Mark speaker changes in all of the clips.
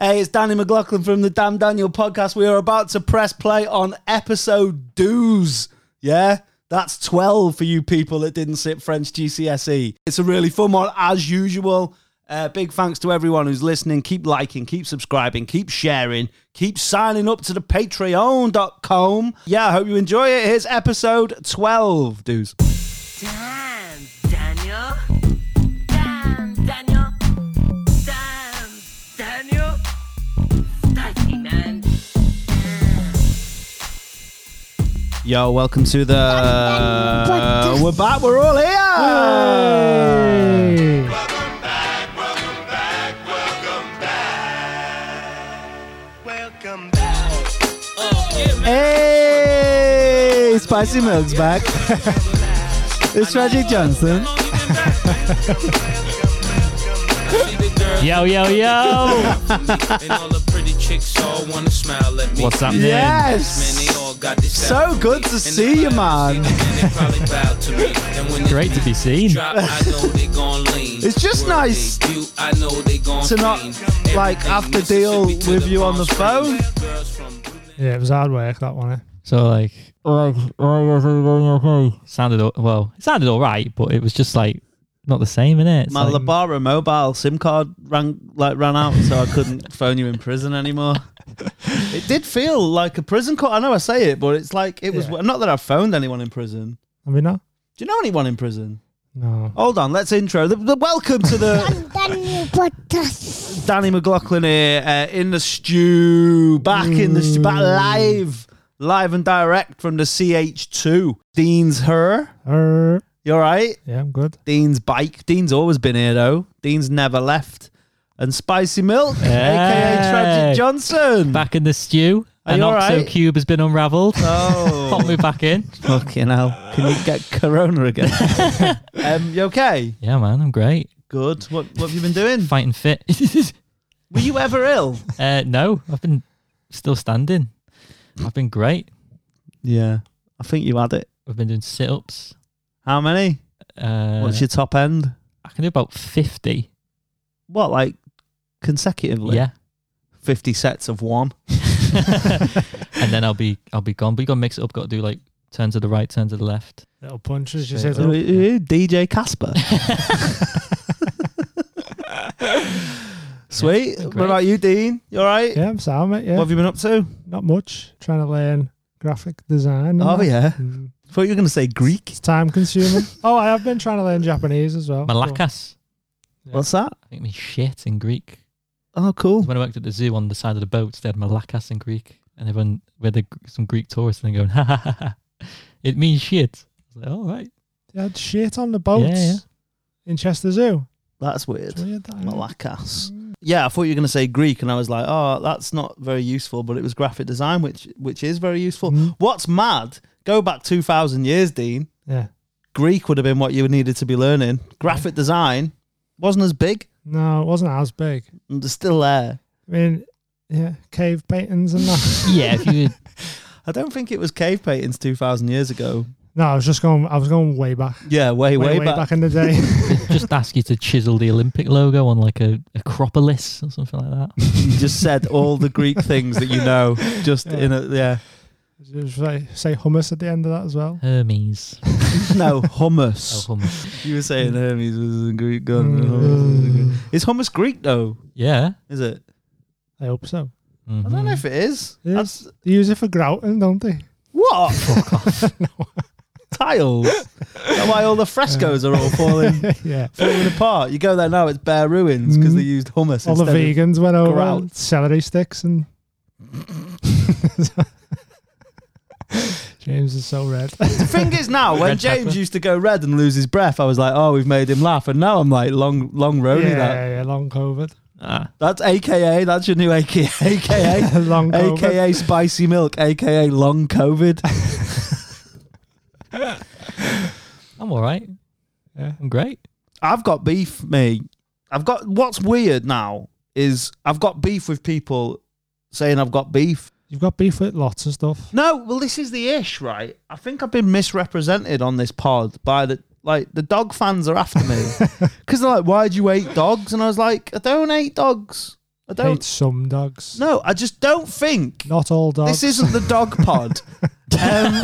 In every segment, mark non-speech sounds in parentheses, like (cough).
Speaker 1: Hey, it's Danny McLaughlin from the Damn Daniel podcast. We are about to press play on episode dues. Yeah, that's 12 for you people that didn't sit French GCSE. E. It's a really fun one, as usual. Uh, big thanks to everyone who's listening. Keep liking, keep subscribing, keep sharing, keep signing up to the patreon.com. Yeah, I hope you enjoy it. Here's episode 12, dudes.
Speaker 2: Damn, Daniel. Damn, Daniel. Damn, Daniel. Spicy, man.
Speaker 1: Yo, welcome to the.
Speaker 3: Bloody-
Speaker 1: we're back, we're all here!
Speaker 2: Welcome back.
Speaker 1: Hey, Spicy Milk's back. (laughs) it's Tragic Johnson.
Speaker 4: Yo, yo, yo.
Speaker 5: And all the pretty chicks all wanna smile at me.
Speaker 4: What's up, man?
Speaker 5: Man,
Speaker 1: Yes,
Speaker 5: they all got this
Speaker 1: so good to see you, man.
Speaker 4: Great to be seen.
Speaker 1: (laughs)
Speaker 5: it's
Speaker 1: It's just nice
Speaker 5: to
Speaker 1: to not, like, have to deal with you on the phone.
Speaker 6: Yeah, it was hard work that one. Eh?
Speaker 4: So like, sounded all, well, it sounded all right, but it was just like not the same, innit? It's
Speaker 1: My
Speaker 4: like,
Speaker 1: Labara mobile SIM card ran like ran out, so I couldn't (laughs) phone you in prison anymore. It did feel like a prison call. I know I say it, but it's like it was
Speaker 6: Yeah.
Speaker 1: not that I phoned anyone in prison.
Speaker 6: Have we not?
Speaker 1: Do you know anyone in prison?
Speaker 6: No.
Speaker 1: Hold on, let's intro. The, the, welcome to the
Speaker 3: Daniel Podcast.
Speaker 1: Danny McLaughlin here uh, in the stew, back in the stew, back live, live and direct from the CH2. Dean's her.
Speaker 6: Er,
Speaker 1: You all right?
Speaker 6: yeah, I'm good.
Speaker 1: Dean's bike. Dean's always been here though. Dean's never left. And Spicy Milk, aka
Speaker 4: Hey.
Speaker 1: Tragic Johnson.
Speaker 4: back in the stew.
Speaker 1: Are
Speaker 4: An
Speaker 1: you all
Speaker 4: OXO
Speaker 1: right?
Speaker 4: cube has been unravelled. (laughs) Pop me
Speaker 1: Oh,
Speaker 4: back
Speaker 1: (laughs)
Speaker 4: in.
Speaker 1: fucking hell. Can you get Corona again? (laughs) um, you okay?
Speaker 4: Yeah, man, I'm great.
Speaker 1: Good. What, what have you been doing? (laughs)
Speaker 4: Fighting fit.
Speaker 1: Were you ever ill?
Speaker 4: uh, no, I've been still standing. I've been great.
Speaker 1: Yeah. I think you had it.
Speaker 4: I've been doing sit ups.
Speaker 1: How many?
Speaker 4: Uh,
Speaker 1: What's your top end?
Speaker 4: I can do about 50.
Speaker 1: What, like consecutively?
Speaker 4: Yeah. (laughs)
Speaker 1: 50 sets of one. (laughs)
Speaker 4: and then I'll be I'll be gone. But you gotta mix it up, gotta do like turn to the right, turn to the left.
Speaker 6: Little punches, you
Speaker 4: Shit.
Speaker 6: said.
Speaker 1: Ooh, ooh, DJ eh, Casper. Sweet.
Speaker 4: Yeah,
Speaker 1: what
Speaker 4: great.
Speaker 1: about you, Dean? You all right?
Speaker 6: Yeah, I'm sound, mate.
Speaker 1: What
Speaker 6: Yeah,
Speaker 1: have you been up to?
Speaker 6: not much. Trying to learn graphic design. and
Speaker 1: Oh,
Speaker 6: that.
Speaker 1: yeah.
Speaker 6: Mm,
Speaker 1: thought you were going to say Greek.
Speaker 6: It's time (laughs) consuming. oh, I have been trying to learn Japanese as
Speaker 4: Oh.
Speaker 6: well.
Speaker 4: Malakas.
Speaker 6: Yeah.
Speaker 1: What's that?
Speaker 4: I think it means shit in Greek.
Speaker 1: Oh, cool.
Speaker 4: When I worked at the zoo on the side of the boats, they had malakas in Greek, and everyone with the, some Greek tourists and they're going, (laughs) ha ha ha, ha. It means shit. I was like, all right.
Speaker 6: They had shit on the boats
Speaker 4: Yeah, yeah.
Speaker 6: in Chester Zoo. Mm.
Speaker 1: That's
Speaker 6: It's
Speaker 1: weird.
Speaker 6: weird. That, isn't it?
Speaker 1: Malakas. Yeah, I thought you were going to say Greek, and I was like, oh, that's not very useful, but it was graphic design, which which is very useful.
Speaker 6: Mm,
Speaker 1: What's mad, go back 2,000 years, Dean,
Speaker 6: Yeah.
Speaker 1: Greek would have been what you needed to be learning. Graphic design wasn't as big,
Speaker 6: No, it wasn't as big.
Speaker 1: and it's still there.
Speaker 6: I mean, yeah, cave paintings and that. (laughs)
Speaker 4: Yeah, if you
Speaker 1: I don't think it was cave paintings 2,000 years ago.
Speaker 6: no, I was just going. I was going way back.
Speaker 1: Yeah, way, way,
Speaker 6: way,
Speaker 1: back.
Speaker 6: back in the day. (laughs)
Speaker 4: (laughs) just ask you to chisel the Olympic logo on like a Acropolis or something like that.
Speaker 1: (laughs) You just said all the Greek things that you know, just
Speaker 6: Yeah.
Speaker 1: in a, yeah.
Speaker 6: Just say, say hummus at the end of that as well.
Speaker 4: (laughs) Hermes.
Speaker 1: No,
Speaker 4: Oh,
Speaker 1: hummus.
Speaker 4: hummus.
Speaker 1: You were saying Hermes was a Greek god. and hummus is a Greek-
Speaker 6: Mm,
Speaker 1: Is hummus Greek though?
Speaker 4: Yeah.
Speaker 1: Is it?
Speaker 6: I hope so.
Speaker 1: I don't know if
Speaker 4: Mhm.
Speaker 1: it is.
Speaker 6: It
Speaker 1: That's-
Speaker 6: They use it for grouting, don't they? (laughs)
Speaker 1: What? Tiles. Is that why all the frescoes are all
Speaker 6: (laughs)
Speaker 1: falling
Speaker 6: yeah.
Speaker 1: falling apart? You go there now, it's bare ruins because
Speaker 6: Mm.
Speaker 1: they used hummus
Speaker 6: All the
Speaker 1: instead of- (laughs)
Speaker 6: vegans went over
Speaker 1: grout.
Speaker 6: and celery sticks and. James is so red.
Speaker 1: The thing is now, when
Speaker 4: Red
Speaker 1: James
Speaker 4: pepper.
Speaker 1: used to go red and lose his breath, I was like, oh, we've made him laugh. And now I'm like, long, long
Speaker 6: (laughs) yeah,
Speaker 1: roadie that.
Speaker 6: yeah, long COVID.
Speaker 4: Ah.
Speaker 1: That's AKA, that's your new AKA, (laughs) AKA,
Speaker 6: (laughs) long COVID.
Speaker 1: AKA spicy milk, AKA long COVID.
Speaker 4: I'm all right.
Speaker 6: Yeah.
Speaker 4: I'm great.
Speaker 1: I've got beef, me. I've got what's weird now is I've got beef with people saying I've got beef.
Speaker 6: You've got beef with lots of stuff.
Speaker 1: No, well, this is the ish, right? I think I've been misrepresented on this pod by the like the dog
Speaker 6: (laughs)
Speaker 1: fans are after me because they're like, "Why do you hate dogs?" And I was like, "I don't hate dogs. I
Speaker 6: Hate
Speaker 1: don't.
Speaker 6: some dogs.
Speaker 1: (laughs) No, I just don't think
Speaker 6: Not all dogs.
Speaker 1: this isn't the dog
Speaker 6: (laughs)
Speaker 1: pod. um,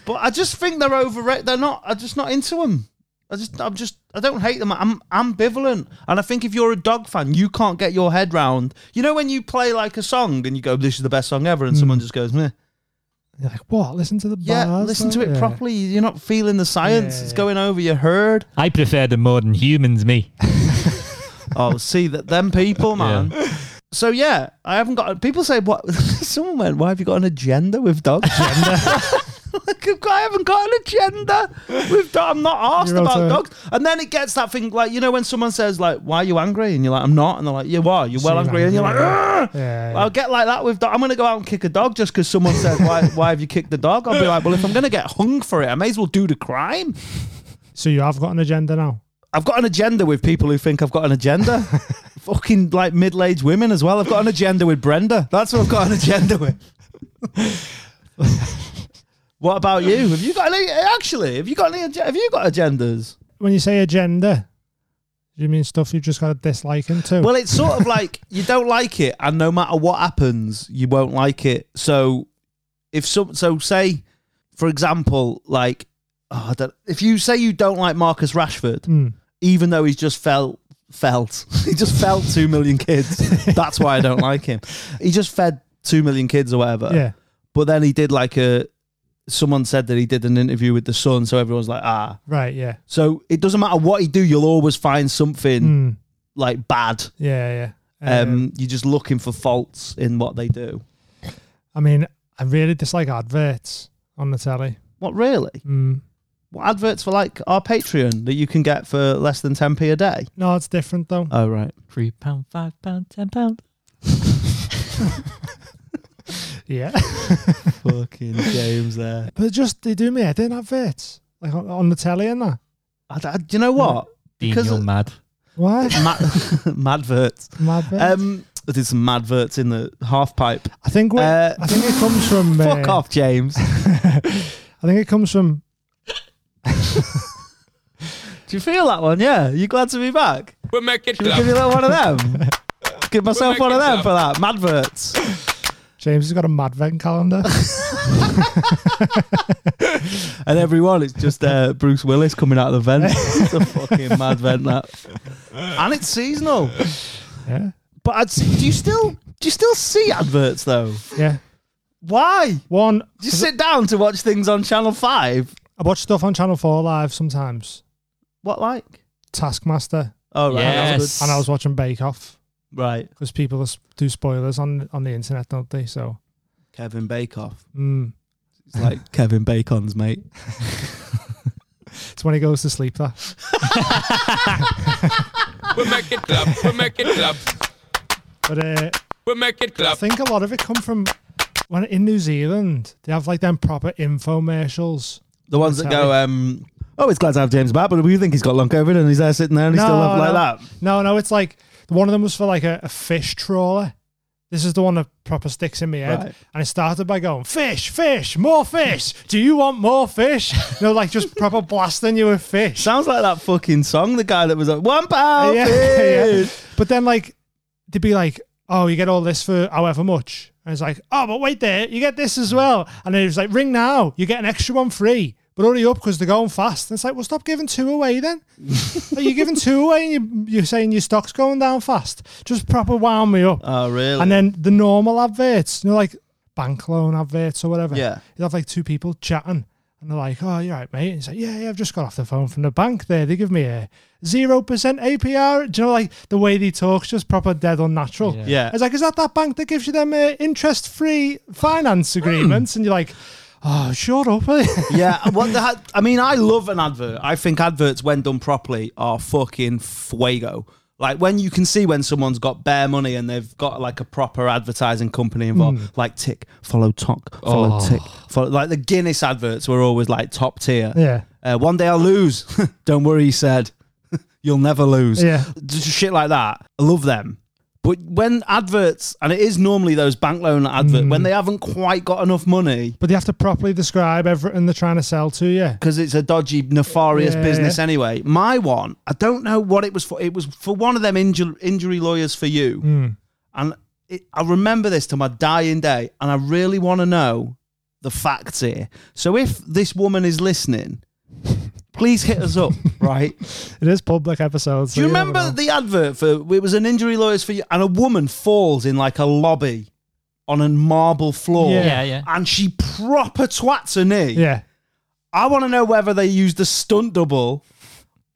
Speaker 1: (laughs) but I just think they're overrated. They're not. I'm just not into them. I just, I'm just, I don't hate them. I'm ambivalent, and I think if you're a dog fan, you can't get your head round. You know when you play like a song and you go, "This is the best song ever,"
Speaker 6: Hmm.
Speaker 1: and someone just goes, Meh.
Speaker 6: You're like, what? Listen to the
Speaker 1: "Yeah,
Speaker 6: bars,
Speaker 1: listen to
Speaker 6: though?
Speaker 1: it
Speaker 6: Yeah.
Speaker 1: properly. You're not feeling the science.
Speaker 6: Yeah,
Speaker 1: it's
Speaker 6: yeah.
Speaker 1: going over your herd."
Speaker 4: I prefer them more than humans, me.
Speaker 1: Oh, see that them people, man. So yeah, I haven't got. People say, "What?" (laughs) Someone went, "Why have you got an agenda with dogs?" (laughs) like, I've got- I haven't got an agenda with dogs. I'm not asked
Speaker 6: You're
Speaker 1: about
Speaker 6: also-
Speaker 1: dogs. And then it gets that thing like you know when someone says like, "Why are you angry?" and you're like, "I'm not," and they're like, "You are. You're well
Speaker 6: So
Speaker 1: angry," and you're like, "Ugh."
Speaker 6: Yeah, yeah.
Speaker 1: I'll get like that with. Dog. I'm gonna go out and kick a dog just because someone said, "Why? Why have you kicked the dog?" I'll be like, "Well, if I'm gonna get hung for it, I may as well do the crime."
Speaker 6: So you have got an agenda now.
Speaker 1: I've got an agenda with people who think I've got an agenda. Fucking like middle-aged women as well. I've got an agenda with Brenda. That's what I've got an agenda with. (laughs) what about you? Have you got any? Actually, have you got any? ag- Have you got agendas?
Speaker 6: When you say agenda, do you mean stuff you just got to dislike and to?
Speaker 1: Well, it's sort of like you don't like it, and no matter what happens, you won't like it. So, if some, so say, for example, like, oh, I don't, if you say you don't like Marcus Rashford, even though he's just felt felt (laughs) he just felt two million kids. That's why I don't like him. He just fed two million kids or whatever.
Speaker 6: yeah.
Speaker 1: But then he did like a. Someone said that he did an interview with the Sun, so everyone's like, ah.
Speaker 6: Right. Yeah.
Speaker 1: So it doesn't matter what you do, you'll always find something
Speaker 6: Mm.
Speaker 1: like bad
Speaker 6: Yeah. Yeah.
Speaker 1: Hmm. um, you're just looking for faults in what they do.
Speaker 6: I mean, I really dislike adverts on the telly.
Speaker 1: What really?
Speaker 6: Mm.
Speaker 1: What adverts for like our Patreon that you can get for less than 10p a day?
Speaker 6: No, it's different though.
Speaker 1: Oh right.
Speaker 4: Three pound, five pound, ten pound.
Speaker 6: yeah. (laughs)
Speaker 1: (laughs) Fucking James there.
Speaker 6: But just they do me head in adverts, like on, on the telly and that.
Speaker 1: I, I- do you know (laughs) what?
Speaker 4: Dean,
Speaker 1: Because
Speaker 4: you're
Speaker 1: it-
Speaker 4: mad.
Speaker 1: (laughs)
Speaker 6: Why?
Speaker 1: Ma- madverts.
Speaker 6: Madverts.
Speaker 1: Um, I did some madverts in the half pipe.
Speaker 6: I think we
Speaker 1: uh,
Speaker 6: I think it comes from.
Speaker 1: (laughs)
Speaker 6: uh,
Speaker 1: Fuck off, James.
Speaker 6: I think it comes from.
Speaker 1: Do you feel that one? Yeah. You glad to be back?
Speaker 5: We'll make it
Speaker 1: Should we give you a little one of them? Give myself one of them for that. Madverts.
Speaker 6: James has got a
Speaker 1: (laughs)
Speaker 6: Madvent calendar.
Speaker 1: And everyone, it's just (laughs) uh, Bruce Willis coming out of the (laughs) vent. It's a fucking mad vent, that. And it's seasonal.
Speaker 6: yeah.
Speaker 1: But I'd see, do you still do you still see adverts though?
Speaker 6: Yeah.
Speaker 1: Why?
Speaker 6: One.
Speaker 1: Do you sit down to watch things on Channel Five?
Speaker 6: I watch stuff on Channel Four Live sometimes.
Speaker 1: What like?
Speaker 6: Taskmaster,
Speaker 1: Oh right, that was
Speaker 4: Yes.
Speaker 6: and I was watching Bake Off
Speaker 1: good. right.
Speaker 6: because people s- do spoilers on on the internet, don't they? So.
Speaker 1: Kevin Bakeoff.
Speaker 6: Mm.
Speaker 1: It's like (laughs) Kevin Bacon's mate.
Speaker 6: It's when he goes to sleep. That
Speaker 5: We'll make it clap. We'll make it clap.
Speaker 6: But uh,
Speaker 5: We'll make it
Speaker 6: I
Speaker 5: clap.
Speaker 6: think a lot of it come from when in New Zealand they have like them proper infomercials.
Speaker 1: The ones that
Speaker 6: That's
Speaker 1: go,
Speaker 6: how
Speaker 1: um, oh, it's glad to have James back, but we think he's got long COVID and he's there sitting there and he's still up like that.
Speaker 6: No, no, it's like one of them was for like a, a fish trawler. This is the one that proper sticks in my head.
Speaker 1: Right.
Speaker 6: And it started by going, fish, fish, more fish. Do you want more fish? (laughs) no, like just proper blasting you with fish.
Speaker 1: Sounds like that fucking song. The guy that was like one pound.
Speaker 6: (laughs) Yeah,
Speaker 1: fish."
Speaker 6: (laughs) But then like they'd be like, Oh, you get all this for however much. And it's like, Oh, but wait there, you get this as well. And then it was like, ring now, you get an extra one free. But hurry up because they're going fast. And it's like, well, stop giving two away then. like, you're giving two away and you, you're saying your stock's going down fast. Just proper wound me up.
Speaker 1: Oh really?
Speaker 6: and then the normal adverts, you know, like bank loan adverts or whatever.
Speaker 1: Yeah.
Speaker 6: You'll have like two people chatting and they're like, oh, you're right, mate. And it's like, yeah, yeah, I've just got off the phone from the bank there. They give me a 0% APR. Do you know, like the way they talk's just proper dead unnatural.
Speaker 4: Yeah.
Speaker 1: yeah.
Speaker 6: It's like, is that that bank that gives you them uh, interest free finance
Speaker 1: Hmm.
Speaker 6: agreements? And you're like, oh, shut up. (laughs)
Speaker 1: yeah, what the ha- I mean, I love an advert. I think adverts, when done properly, are fucking fuego. Like when you can see when someone's got bare money and they've got like a proper advertising company
Speaker 6: Hmm.
Speaker 1: involved, like tick, follow tock, follow
Speaker 6: Oh.
Speaker 1: tick, follow. Like the Guinness adverts were always like top tier.
Speaker 6: yeah.
Speaker 1: Uh, one day I'll lose. (laughs) Don't worry, he said. (laughs) You'll never lose.
Speaker 6: Yeah.
Speaker 1: Just shit like that. I love them. But when adverts, and it is normally those bank loan advert,
Speaker 6: Hmm.
Speaker 1: when they haven't quite got enough money
Speaker 6: But they have to properly describe everything they're trying to sell to you.
Speaker 1: because it's a dodgy, nefarious
Speaker 6: Yeah.
Speaker 1: business anyway. My one, I don't know what it was for. It was for one of them injury, injury lawyers for you,
Speaker 6: Hmm.
Speaker 1: and it, I remember this to my dying day. And I really want to know the facts here. So if this woman is listening, please hit us
Speaker 6: (laughs)
Speaker 1: up, right?
Speaker 6: It is public episodes.
Speaker 1: Do you remember the advert for it was an injury lawyers for you and a woman falls in like a lobby on a marble floor.
Speaker 6: Yeah.
Speaker 4: Yeah, yeah.
Speaker 1: And she proper twats her knee.
Speaker 6: yeah.
Speaker 1: I want to know whether they used a stunt double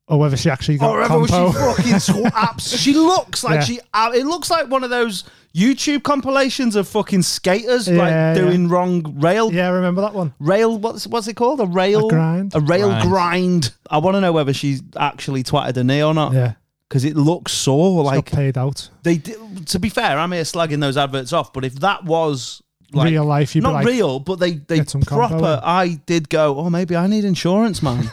Speaker 6: Or whether she actually got
Speaker 1: or whether was
Speaker 6: compo.
Speaker 1: she fucking swaps. she looks like
Speaker 6: Yeah.
Speaker 1: she. Uh, it looks like one of those YouTube compilations of fucking skaters
Speaker 6: Yeah,
Speaker 1: like doing wrong rail
Speaker 6: (laughs) yeah, I remember that one.
Speaker 1: rail what's what's it called a rail
Speaker 6: grind?
Speaker 1: a rail grind,
Speaker 4: Grind.
Speaker 1: i want to know whether she's actually twatted her knee or not
Speaker 6: Yeah.
Speaker 1: because it looks sore
Speaker 6: Like,
Speaker 1: like
Speaker 6: got paid
Speaker 4: (laughs)
Speaker 6: out.
Speaker 1: they di- to be fair i'm here slagging those adverts off but if that was like
Speaker 6: Real life, you'd be
Speaker 1: not
Speaker 6: like,
Speaker 1: real but they they
Speaker 6: Get some combo
Speaker 1: proper
Speaker 6: in.
Speaker 1: i did go oh maybe i need insurance
Speaker 6: (laughs)
Speaker 1: man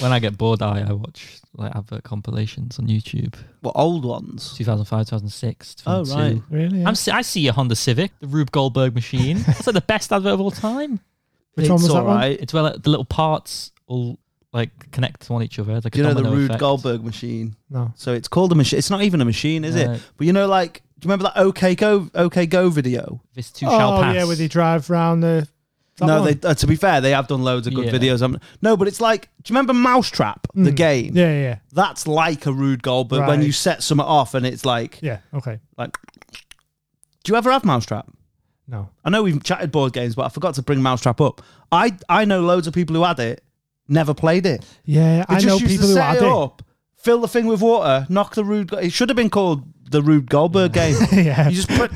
Speaker 4: When I get bored, I, I watch like advert compilations on YouTube.
Speaker 1: what old ones
Speaker 4: 2005, 2006,
Speaker 1: Oh,
Speaker 4: 2002.
Speaker 1: right.
Speaker 6: Really? Yeah.
Speaker 4: I'm, se- I see a Honda Civic, the Rube
Speaker 1: (laughs)
Speaker 4: Goldberg machine. That's like the best advert of all time.
Speaker 6: Which one
Speaker 1: It's
Speaker 6: was that
Speaker 1: all
Speaker 6: one?
Speaker 1: right.
Speaker 4: It's where like, the little parts all like connect to one each other. It's like
Speaker 1: do you
Speaker 4: a
Speaker 1: know the
Speaker 4: domino
Speaker 1: rude
Speaker 4: effect.
Speaker 1: goldberg machine
Speaker 6: No.
Speaker 1: so it's called a machine it's not even a machine is
Speaker 4: Right.
Speaker 1: it but you know like do you remember that okay go okay go video
Speaker 4: This too shall
Speaker 6: oh,
Speaker 4: pass.
Speaker 6: yeah, where they drive round the. that
Speaker 1: no
Speaker 6: one?
Speaker 1: they uh, to be fair they have done loads of good
Speaker 4: Yeah.
Speaker 1: videos um, no but it's like do you remember mousetrap the game
Speaker 6: Yeah, yeah, yeah.
Speaker 1: that's like a rude goldberg when
Speaker 6: Right.
Speaker 1: you set something off and it's like
Speaker 6: Yeah, okay.
Speaker 1: like do you ever have mousetrap
Speaker 6: No.
Speaker 1: I know we've chatted board games, but I forgot to bring Mousetrap up. I I know loads of people who had it, never played it.
Speaker 6: Yeah,
Speaker 1: They
Speaker 6: I know people who had it.
Speaker 1: up, fill the thing with water, knock the Rude. Go- It should have been called the Rude Goldberg game.
Speaker 6: (laughs) yeah.
Speaker 1: You just put.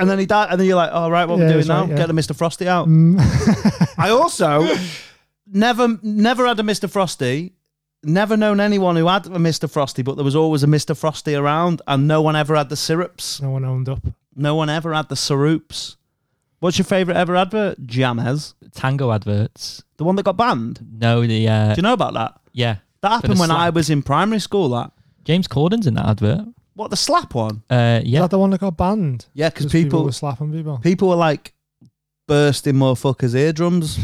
Speaker 1: And then he died, and then you're like, "All right, what
Speaker 6: Yeah,
Speaker 1: we're doing
Speaker 6: that's
Speaker 1: now?
Speaker 6: right, yeah. Mm.
Speaker 1: Get the Mister Frosty out."
Speaker 6: (laughs)
Speaker 1: I also never, never had a Mister Frosty. Never known anyone who had a Mister Frosty, but there was always a Mister Frosty around, and no one ever had the syrups.
Speaker 6: no one owned up.
Speaker 1: No one ever had the Saroops. What's your favourite ever advert? Jamez.
Speaker 4: Tango adverts.
Speaker 1: The one that got banned. Do
Speaker 4: No, the uh,
Speaker 1: you know about that?
Speaker 4: yeah.
Speaker 1: That happened
Speaker 4: the
Speaker 1: when I
Speaker 4: slap.
Speaker 1: was in primary school. That
Speaker 4: James Corden's in that advert.
Speaker 1: what the slap one?
Speaker 4: Uh, yeah.
Speaker 6: Is that the one that got banned?
Speaker 1: Yeah, because
Speaker 6: Because people,
Speaker 1: people
Speaker 6: were slapping people.
Speaker 1: people were like bursting motherfuckers' eardrums,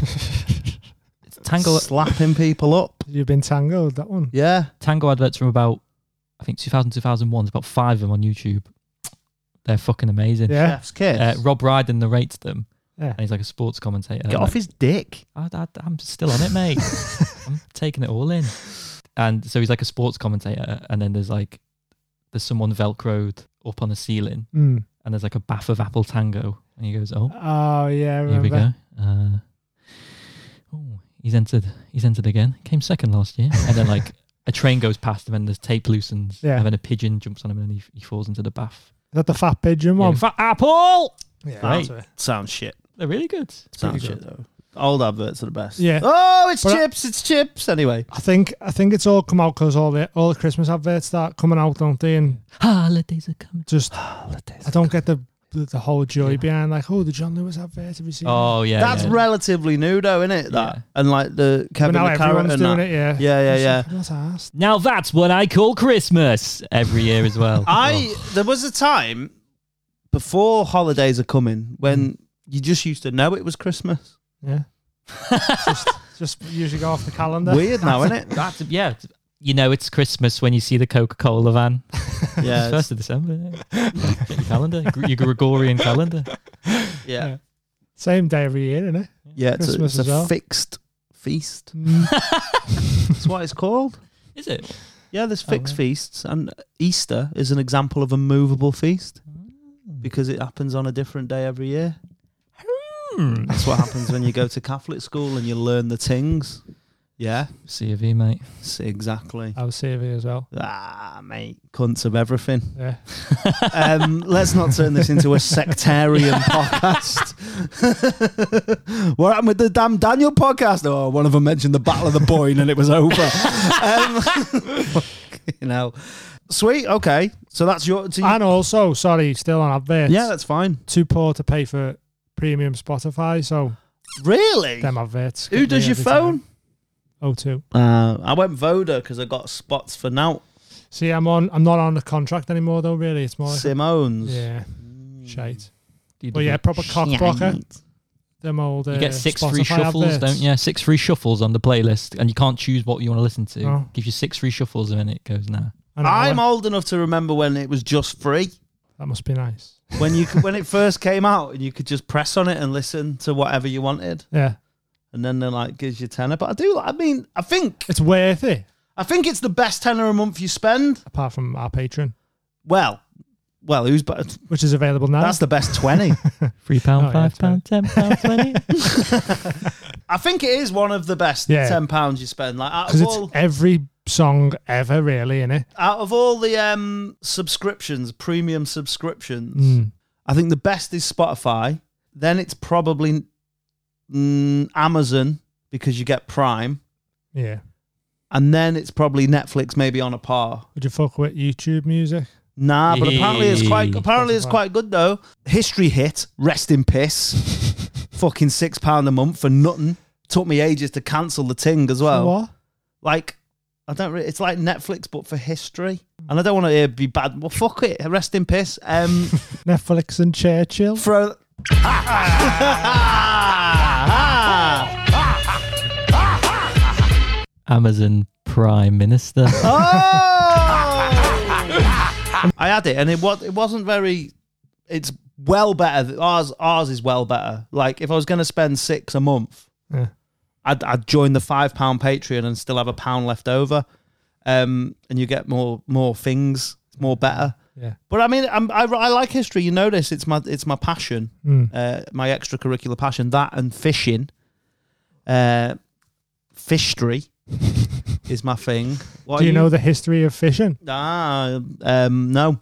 Speaker 4: Tango
Speaker 1: slapping people up.
Speaker 6: (laughs) You've been tangled, that one.
Speaker 1: Yeah,
Speaker 4: Tango adverts from about I think 2000 2001. There's about five of them on YouTube. They're fucking amazing.
Speaker 6: Yeah.
Speaker 1: chef's kiss.
Speaker 4: Uh, Rob Ryden narrates them,
Speaker 6: Yeah.
Speaker 4: and he's like a sports commentator.
Speaker 1: Get
Speaker 4: I'm
Speaker 1: off his dick.
Speaker 4: I, I, I'm still on it,
Speaker 6: (laughs)
Speaker 4: mate. I'm taking it all in. And so he's like a sports commentator, and then there's like there's someone velcroed up on the ceiling,
Speaker 6: Mm.
Speaker 4: and there's like a bath of apple tango, and he goes, "Oh,
Speaker 6: Oh, yeah, I remember.
Speaker 4: here we go." Uh, oh, he's entered. He's entered again. Came second last year, and then like a train goes past him, and the tape loosens,
Speaker 6: Yeah.
Speaker 4: and then a pigeon jumps on him, and he, he falls into the bath.
Speaker 6: Is that the fat pigeon
Speaker 4: Yeah,
Speaker 6: one?
Speaker 4: fat apple.
Speaker 6: Yeah,
Speaker 1: Right.
Speaker 6: that's it.
Speaker 1: Sounds shit.
Speaker 4: They're really good.
Speaker 1: Sounds shit though. Old adverts are the best.
Speaker 6: Yeah.
Speaker 1: Oh, it's
Speaker 6: But I-
Speaker 1: chips. It's chips. Anyway,
Speaker 6: I think I think it's all come out because all the all the Christmas adverts start coming out, don't they? And
Speaker 4: Holidays are coming.
Speaker 6: just I don't get the the, the whole joy behind like oh the John Lewis advert. Have you seen? it?
Speaker 4: Oh yeah,
Speaker 1: that's
Speaker 4: yeah.
Speaker 1: relatively new though, isn't it? That
Speaker 4: Yeah.
Speaker 1: and like the
Speaker 6: but
Speaker 1: Kevin
Speaker 6: now
Speaker 1: the Carrot
Speaker 6: everyone's
Speaker 1: and
Speaker 6: doing
Speaker 1: that.
Speaker 6: it. Yeah,
Speaker 1: Yeah, yeah,
Speaker 6: (laughs)
Speaker 1: yeah.
Speaker 6: That's asked.
Speaker 4: Now that's what I call Christmas every year as
Speaker 6: (laughs)
Speaker 1: Oh.
Speaker 4: well.
Speaker 1: I there was a time before holidays are coming
Speaker 6: Mm.
Speaker 1: when you just used to know it was Christmas.
Speaker 6: Yeah, just just usually go off the calendar.
Speaker 1: Weird now,
Speaker 6: (laughs)
Speaker 1: isn't it?
Speaker 4: that's yeah. it's- You know it's Christmas when you see the Coca Cola van. It's
Speaker 1: Yeah,
Speaker 4: first of December. yeah. Get your calendar, gr- your Gregorian calendar.
Speaker 1: it's- yeah,
Speaker 6: Same day every year, isn't it?
Speaker 1: (laughs) yeah. It's a,
Speaker 6: Christmas
Speaker 1: it's a
Speaker 6: as well.
Speaker 1: fixed feast.
Speaker 6: Mm.
Speaker 1: (laughs) That's what it's called.
Speaker 4: Is it?
Speaker 1: Yeah, (laughs) there's
Speaker 4: Oh,
Speaker 1: fixed
Speaker 4: right.
Speaker 1: feasts, and Easter is an example of a movable feast because it happens on a different day every year.
Speaker 4: Hmm.
Speaker 1: That's what happens when you go to Catholic school and you learn the things. Yeah,
Speaker 4: C of E, mate.
Speaker 1: s- exactly.
Speaker 6: I was saving as well.
Speaker 1: Ah, mate, cunts of everything.
Speaker 6: Yeah,
Speaker 1: um, let's not turn this into a
Speaker 6: (laughs)
Speaker 1: sectarian podcast. (laughs) what happened with the damn Daniel podcast? Oh, one of them mentioned the Battle of the Boyne and it was over. um, (laughs) you know, sweet. Okay, so that's your. So you-
Speaker 6: and also sorry, still on adverts.
Speaker 1: yeah, that's fine.
Speaker 6: too poor to pay for premium Spotify, so
Speaker 1: Really?
Speaker 6: them adverts.
Speaker 1: Who does your phone?
Speaker 6: Oh, two.
Speaker 1: Uh, I went Voda because I got spots for now.
Speaker 6: See, I'm on. I'm not on a contract anymore, though. Really, it's more. Like,
Speaker 1: Simone's.
Speaker 6: yeah, shite.
Speaker 4: You
Speaker 6: Well, yeah, proper cockblocker. Them old. Uh,
Speaker 4: Mm. You get six
Speaker 6: Spotify
Speaker 4: free shuffles,
Speaker 6: adverts.
Speaker 4: don't you? Six free shuffles on the playlist, and you can't choose what you want to listen to.
Speaker 6: Oh.
Speaker 4: Gives you six free shuffles, and then it goes now.
Speaker 6: An hour.
Speaker 1: I'm old enough to remember when it was just free.
Speaker 6: That must be nice.
Speaker 1: When you could- when it first came out and you could just press on it and listen to whatever you wanted,
Speaker 6: Yeah,
Speaker 1: and then they're like gives you tenner. But I do. I mean, I think
Speaker 6: it's worth it.
Speaker 1: I think it's the best tenner a month you spend.
Speaker 6: Apart from our patron,
Speaker 1: Well, well, who's but
Speaker 6: which is available now.
Speaker 1: that's the best
Speaker 6: (laughs)
Speaker 1: twenty.
Speaker 4: Three pound,
Speaker 6: Oh, yeah,
Speaker 4: five
Speaker 6: that's right.
Speaker 4: pound, ten pound, twenty.
Speaker 1: I think it is one of the best
Speaker 6: Yeah.
Speaker 1: ten pounds you spend. Like out
Speaker 6: because
Speaker 1: of
Speaker 6: it's
Speaker 1: all,
Speaker 6: every song ever, really, in it.
Speaker 1: out of all the um, subscriptions, premium subscriptions,
Speaker 6: Hmm.
Speaker 1: I think the best is Spotify. Then it's probably mm, Amazon because you get Prime,
Speaker 6: Yeah.
Speaker 1: and then it's probably Netflix, maybe on a par.
Speaker 6: Would you fuck with YouTube music?
Speaker 1: Nah, but apparently it's quite
Speaker 4: Yee.
Speaker 1: apparently it's quite good though. History hit, rest in piss. Fucking six pound a month for nothing. Took me ages to cancel the ting as
Speaker 4: Oh.
Speaker 1: well.
Speaker 6: what?
Speaker 1: Like I don't. Really, it's like Netflix but for history. And I don't want to be bad. Well, fuck it. Rest in piss. Um,
Speaker 6: Netflix and
Speaker 1: (laughs)
Speaker 6: Churchill.
Speaker 1: throw.
Speaker 4: (laughs) Amazon Prime Minister.
Speaker 6: (laughs)
Speaker 1: Oh! I had it, and it was it wasn't very. It's well better. th- Ours ours is well better. Like if I was going to spend six a month,
Speaker 6: Yeah.
Speaker 1: I'd I'd join the five pound Patreon and still have a pound left over, um, and you get more more things, more better.
Speaker 6: Yeah.
Speaker 1: But I mean, I'm, I I like history. You notice it's my it's my passion,
Speaker 6: Mm.
Speaker 1: uh, my extracurricular passion. That and fishing, uh, fishery
Speaker 6: (laughs)
Speaker 1: is my thing. What
Speaker 6: Do
Speaker 1: are
Speaker 6: you know the history of fishing?
Speaker 1: Ah, um, no.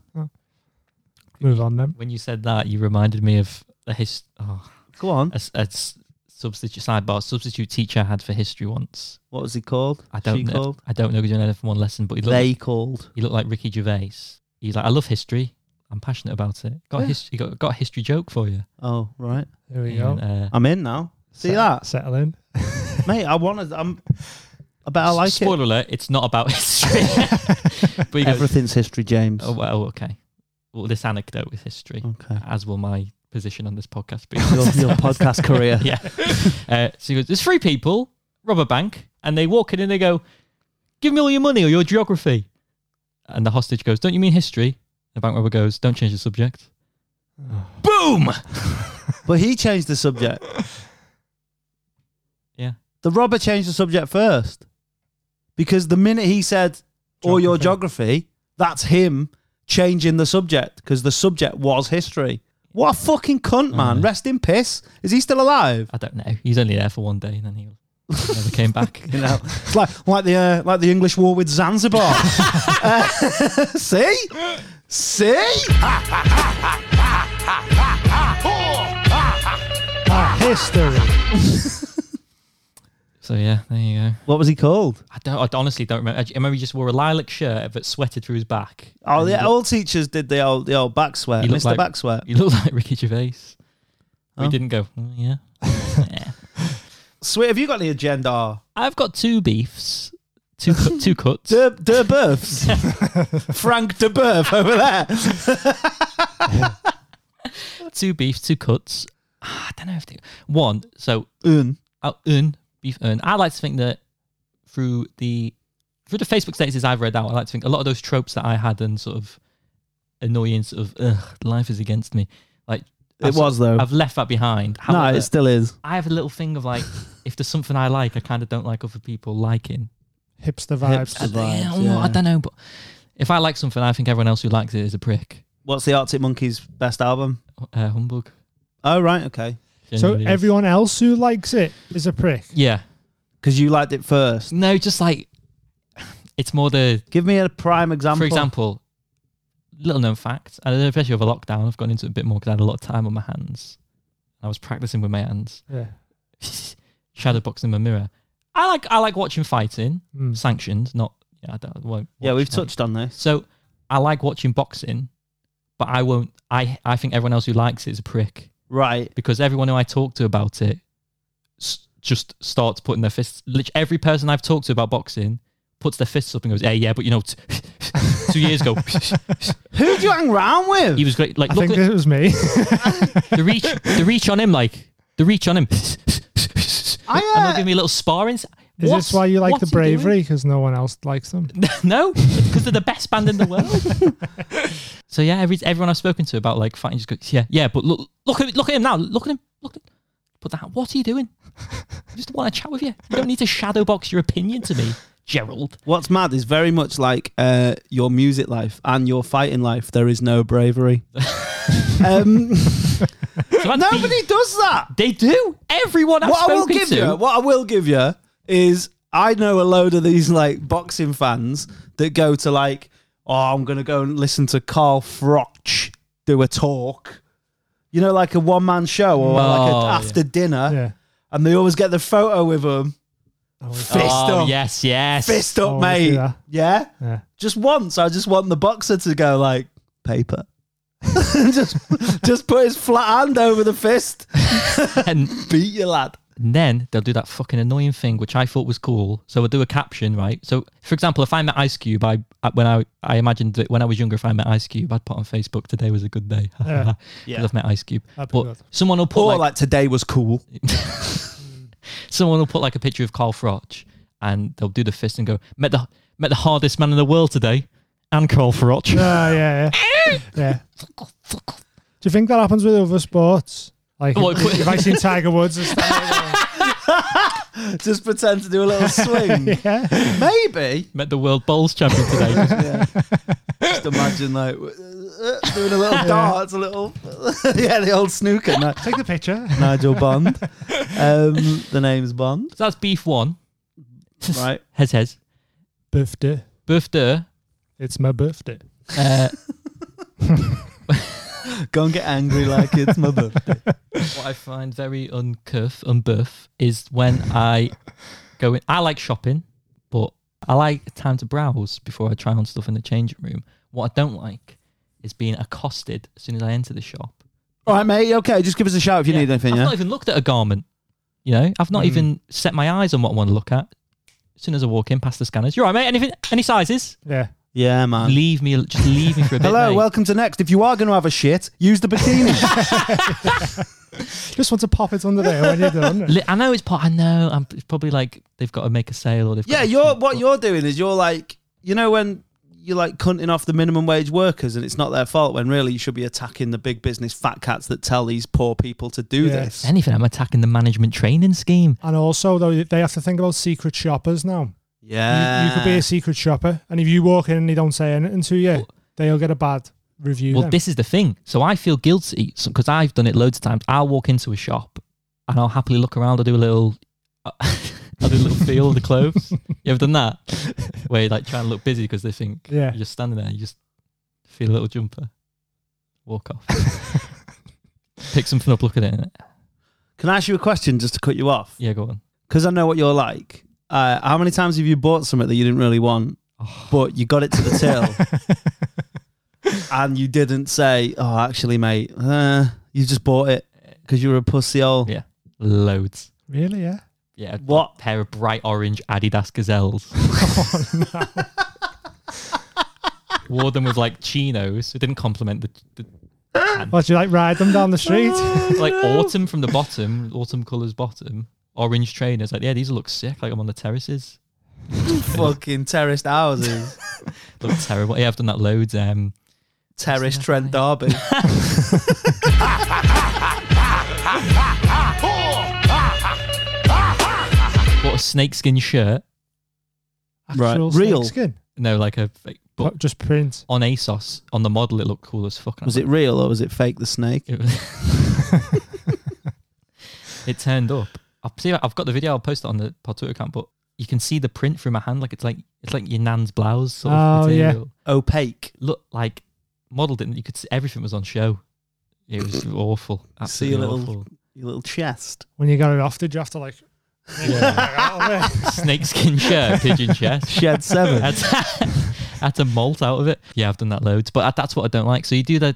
Speaker 6: Move on then.
Speaker 4: when you said that, you reminded me of a his oh,
Speaker 1: Go on.
Speaker 4: a, s- a s- substitute sidebar substitute teacher I had for history once.
Speaker 1: What was he called?
Speaker 4: I don't
Speaker 1: she
Speaker 4: know.
Speaker 1: Called?
Speaker 4: I don't know because you only had one lesson, but he looked,
Speaker 1: They called.
Speaker 4: he looked like Ricky Gervais. He's like, I love history. I'm passionate about it. Got a his, he got, got a history joke for you.
Speaker 1: Oh right,
Speaker 6: There we
Speaker 4: And,
Speaker 6: go.
Speaker 4: uh,
Speaker 1: I'm in now. See that,
Speaker 6: Settle in.
Speaker 1: mate? I wanted. I'm. I bet I like
Speaker 4: spoiler alert, it's not about
Speaker 1: (laughs)
Speaker 4: history. but he
Speaker 1: it.
Speaker 4: goes,
Speaker 1: Everything's history, James.
Speaker 4: Oh well, okay. Well, this anecdote is history,
Speaker 1: Okay.
Speaker 4: as will my position on this
Speaker 1: (laughs)
Speaker 4: podcast be.
Speaker 1: Your, (laughs)
Speaker 4: (laughs)
Speaker 1: your podcast career.
Speaker 4: yeah. Uh, so he goes, "There's three people, rob a bank, and they walk in and they go, give me all your money or your geography." And the hostage goes, "Don't you mean history?" The bank robber goes, "Don't change the subject." Boom!
Speaker 1: But he changed the subject.
Speaker 4: Yeah.
Speaker 1: The robber changed the subject first, because the minute he said, "Or your geography," that's him changing the subject because the subject was history. What a fucking cunt, man!
Speaker 4: yeah.
Speaker 1: Rest in piss. Is he still alive?
Speaker 4: I don't know. He's only there for one day, and then
Speaker 1: (laughs)
Speaker 4: he never came back.
Speaker 1: You know, it's like like the uh, like the English war with Zanzibar. Uh, (laughs) see, see.
Speaker 6: Ah, history.
Speaker 4: So yeah, there you go.
Speaker 1: What was he called?
Speaker 4: I don't. I honestly don't remember. I remember he just wore a lilac shirt that sweated through his back.
Speaker 1: Oh,
Speaker 4: And he
Speaker 1: the
Speaker 4: looked-
Speaker 1: old teachers did the old the old back sweat,
Speaker 4: He looked
Speaker 1: Mr.
Speaker 4: like-
Speaker 1: back sweat.
Speaker 4: He looked like Ricky Gervais.
Speaker 1: Oh.
Speaker 4: We didn't go. "Mm, yeah. Yeah.
Speaker 1: Sweet, have you got any agenda?
Speaker 4: I've got two beefs, two cu-
Speaker 1: (laughs)
Speaker 4: two cuts.
Speaker 1: De, de Berths? (laughs) Frank de Berth over there.
Speaker 4: two beefs, two cuts. Ah, I don't know if they, one. So
Speaker 1: Un.
Speaker 4: uh, un beef un. I like to think that through the through the Facebook statuses I've read out, I like to think a lot of those tropes that I had and sort of annoyance of Ugh, life is against me. Like
Speaker 1: It
Speaker 4: I've sort-
Speaker 1: was, though.
Speaker 4: I've left that behind.
Speaker 1: No,
Speaker 4: However,
Speaker 1: it still is.
Speaker 4: I have a little thing of
Speaker 1: (laughs)
Speaker 4: like, if there's something I like, I kind of don't like other people liking.
Speaker 6: Hipster vibes.
Speaker 1: Hipster. vibes,
Speaker 4: I, yeah, I don't know, I
Speaker 1: yeah.
Speaker 4: don't know, but if I like something, I think everyone else who likes it is a prick.
Speaker 1: What's the Arctic Monkeys best album?
Speaker 4: Uh, humbug.
Speaker 1: Oh right, okay.
Speaker 6: So
Speaker 4: Generally is.
Speaker 6: everyone else who likes it is a prick.
Speaker 4: Yeah.
Speaker 1: Because you liked it first.
Speaker 4: No, just like it's more the
Speaker 1: Give me a prime example.
Speaker 4: for example, little known fact, and especially over lockdown, I've gone into it a bit more because I had a lot of time on my hands. I was practicing with my hands, (laughs)
Speaker 6: Yeah.
Speaker 4: shadow boxing my mirror. I like I like watching fighting,
Speaker 6: Mm.
Speaker 4: sanctioned, not yeah, I don't I won't.
Speaker 1: yeah,
Speaker 4: watch
Speaker 1: we've
Speaker 4: that.
Speaker 1: touched on this.
Speaker 4: So I like watching boxing, but I won't. I I think everyone else who likes it is a prick
Speaker 1: Right.
Speaker 4: because everyone who I talk to about it s- just starts putting their fists. Lit- Every person I've talked to about boxing puts their fists up and goes, "Hey, yeah, but you know." t- (laughs) (laughs) two years
Speaker 6: (laughs)
Speaker 4: ago.
Speaker 1: Who'd you hang round with?
Speaker 4: he was great. Like,
Speaker 6: I
Speaker 4: look
Speaker 6: think
Speaker 4: at
Speaker 6: it was me. (laughs)
Speaker 4: the reach, the reach on him. Like, the reach on him.
Speaker 1: I,
Speaker 4: I, and
Speaker 1: uh,
Speaker 4: they'll give me a little sparring. Is
Speaker 6: Is this why you like the bravery? Because no one else likes them.
Speaker 4: (laughs) no, because they're the best band in the world. (laughs) so yeah, every, everyone I've spoken to about like fighting just goes, yeah, yeah. But look, look at look at him now. Look at him. Look at. But that, what are you doing? I just want to chat with you. You don't need to shadow box your opinion to me, Gerald.
Speaker 1: What's mad is very much like uh, your music life and your fighting life. There is no
Speaker 4: (laughs)
Speaker 1: bravery. um,
Speaker 4: So that's beef.
Speaker 1: nobody does that.
Speaker 4: They do. Everyone I've
Speaker 1: What I will
Speaker 4: spoken
Speaker 1: give
Speaker 4: to.
Speaker 1: you, what I will give you, is I know a load of these like boxing fans that go to like, oh, I'm gonna go and listen to Carl Froch do a talk. You know, like a one man show or like
Speaker 4: Oh,
Speaker 1: a,
Speaker 4: yeah.
Speaker 1: after dinner,
Speaker 6: Yeah.
Speaker 1: and they always get the photo with him. Fist
Speaker 4: oh
Speaker 1: up,
Speaker 4: yes, yes.
Speaker 1: fist up,
Speaker 6: Oh, I see
Speaker 1: mate.
Speaker 6: that.
Speaker 1: Yeah?
Speaker 6: Yeah.
Speaker 1: just once. I just want the boxer to go like paper. (laughs) just, just put his flat hand over the fist.
Speaker 4: And
Speaker 1: Beat you, lad.
Speaker 4: And then they'll do that fucking annoying thing, which I thought was cool. So I'll do a caption, right? So, for example, if I met Ice Cube, I I- when I I imagined that when I was younger, if I met Ice Cube, I'd put on Facebook, "Today was a good day." (laughs)
Speaker 6: Yeah.
Speaker 1: Yeah.
Speaker 4: yeah, I've met Ice Cube.
Speaker 6: That'd be
Speaker 4: But
Speaker 6: good.
Speaker 4: someone will put
Speaker 1: Or
Speaker 4: like,
Speaker 1: like, today was cool.
Speaker 4: someone will put like a picture of Carl Froch, and they'll do the fist and go, "Met the met the hardest man in the world today, and Carl Froch."
Speaker 6: Ah, yeah, yeah. yeah. Do you think that happens with other sports? Like,
Speaker 4: What,
Speaker 6: if I seen Tiger Woods,
Speaker 4: (laughs)
Speaker 6: and
Speaker 1: (laughs)
Speaker 6: stuff,
Speaker 1: Just pretend to do a little (laughs) swing.
Speaker 6: yeah,
Speaker 1: (laughs) Maybe.
Speaker 4: (laughs) Met the world bowls champion
Speaker 6: (laughs)
Speaker 4: today.
Speaker 1: Yeah. Just imagine like uh, uh, doing a little dart, a little (laughs) yeah, the old snooker. Ni-
Speaker 6: take the picture.
Speaker 1: Nigel Bond. Um, the name's Bond,
Speaker 4: so that's beef one.
Speaker 1: right?
Speaker 4: Hez hez.
Speaker 6: Birthday.
Speaker 4: Birthday.
Speaker 6: It's my birthday.
Speaker 4: Uh,
Speaker 1: Go and get angry like it's (laughs) my birthday.
Speaker 4: What I find very uncuff, unbuff, is when I go in. I like shopping, but I like time to browse before I try on stuff in the changing room. What I don't like is being accosted as soon as I enter the shop.
Speaker 1: All right, mate. Okay, just give us a shout if you need anything.
Speaker 4: I've
Speaker 1: Yeah. Hmm.
Speaker 4: not even looked at a garment. You know, I've not even set my eyes on what I want to look at. As soon as I walk in past the scanners, you're right, mate. Anything, any sizes?
Speaker 6: Yeah.
Speaker 1: Yeah, man.
Speaker 4: Leave me, just leave me for a
Speaker 1: (laughs)
Speaker 4: bit.
Speaker 1: Hello,
Speaker 4: mate.
Speaker 1: welcome to Next. If you are going to have a shit, use the bikini.
Speaker 6: Just want to pop it under there when you're done.
Speaker 4: Li- I know it's part. I know. I'm it's probably like they've got to make a sale or
Speaker 1: (laughs)
Speaker 4: they've.
Speaker 1: yeah,
Speaker 4: got
Speaker 1: you're what you're doing is you're like, you know, when you're like cunting off the minimum wage workers and it's not their fault when really you should be attacking the big business fat cats that tell these poor people to do
Speaker 6: Yeah.
Speaker 1: this.
Speaker 4: anything. I'm attacking the management training scheme.
Speaker 6: And also, though, they have to think about secret shoppers now.
Speaker 1: Yeah.
Speaker 6: you, you could
Speaker 4: Ah.
Speaker 6: be a secret shopper, and if you walk in and they don't say anything to you, they'll get a bad review.
Speaker 4: Well,
Speaker 6: then.
Speaker 4: this is the thing. So I feel guilty because I've done it loads of times. I'll walk into a shop and I'll happily look around. I'll do a little, uh, (laughs) I'll do a little feel of the
Speaker 6: (laughs)
Speaker 4: clothes. You ever done that? Where you like try and look busy because they think
Speaker 6: Yeah.
Speaker 4: you're just standing there. You just feel a little jumper, walk
Speaker 6: (laughs)
Speaker 4: off, pick something up, look at it.
Speaker 1: Can I ask you a question just to cut you off?
Speaker 4: Yeah, go on.
Speaker 1: Because I know what you're like. Uh, how many times have you bought something that you didn't really want,
Speaker 4: Oh.
Speaker 1: but you got it to the till,
Speaker 4: (laughs)
Speaker 1: and you didn't say, "Oh, actually, mate, uh, you just bought it because you were a pussy hole."
Speaker 4: Yeah, loads.
Speaker 6: really, yeah.
Speaker 4: Yeah, a
Speaker 1: What
Speaker 4: pair of bright orange Adidas
Speaker 6: (laughs)
Speaker 4: Gazelles.
Speaker 6: Oh,
Speaker 4: (laughs) Wore them with like chinos. It didn't compliment the, the
Speaker 6: What, you like ride them down the street?
Speaker 4: like autumn from the bottom, autumn colours bottom, orange trainers. Like, yeah, these look sick. Like I'm on the terraces.
Speaker 1: fucking terraced
Speaker 4: (laughs)
Speaker 1: houses.
Speaker 4: Look terrible. Yeah, I've done that loads. Um,
Speaker 1: terraced Trent Derby.
Speaker 4: bought a snakeskin shirt.
Speaker 1: Right.
Speaker 6: Actual
Speaker 1: Real.
Speaker 6: snakeskin.
Speaker 4: No, like a fake, but
Speaker 6: What, just print.
Speaker 4: on ASOS on the model, it looked cool as fuck.
Speaker 1: Was it real or was it fake the snake?
Speaker 4: It, was- (laughs) it turned up. I'll see. I've got the video. I'll post it on the Pod Twitter account. But you can see the print through my hand. Like it's like it's like your nan's blouse sort of
Speaker 6: Oh, yeah.
Speaker 4: material.
Speaker 1: Opaque.
Speaker 4: Look like modelled it. and You could see everything was on show. It was awful.
Speaker 1: See a
Speaker 4: Absolutely
Speaker 1: little-
Speaker 4: awful.
Speaker 1: Your little chest.
Speaker 6: When you got it off, did you have to like? (laughs) Yeah.
Speaker 4: snakeskin shirt, pigeon chest.
Speaker 1: Shed seven.
Speaker 4: had, to, (laughs) had to molt out of it. Yeah, I've done that loads, but that's what I don't like. So you do that,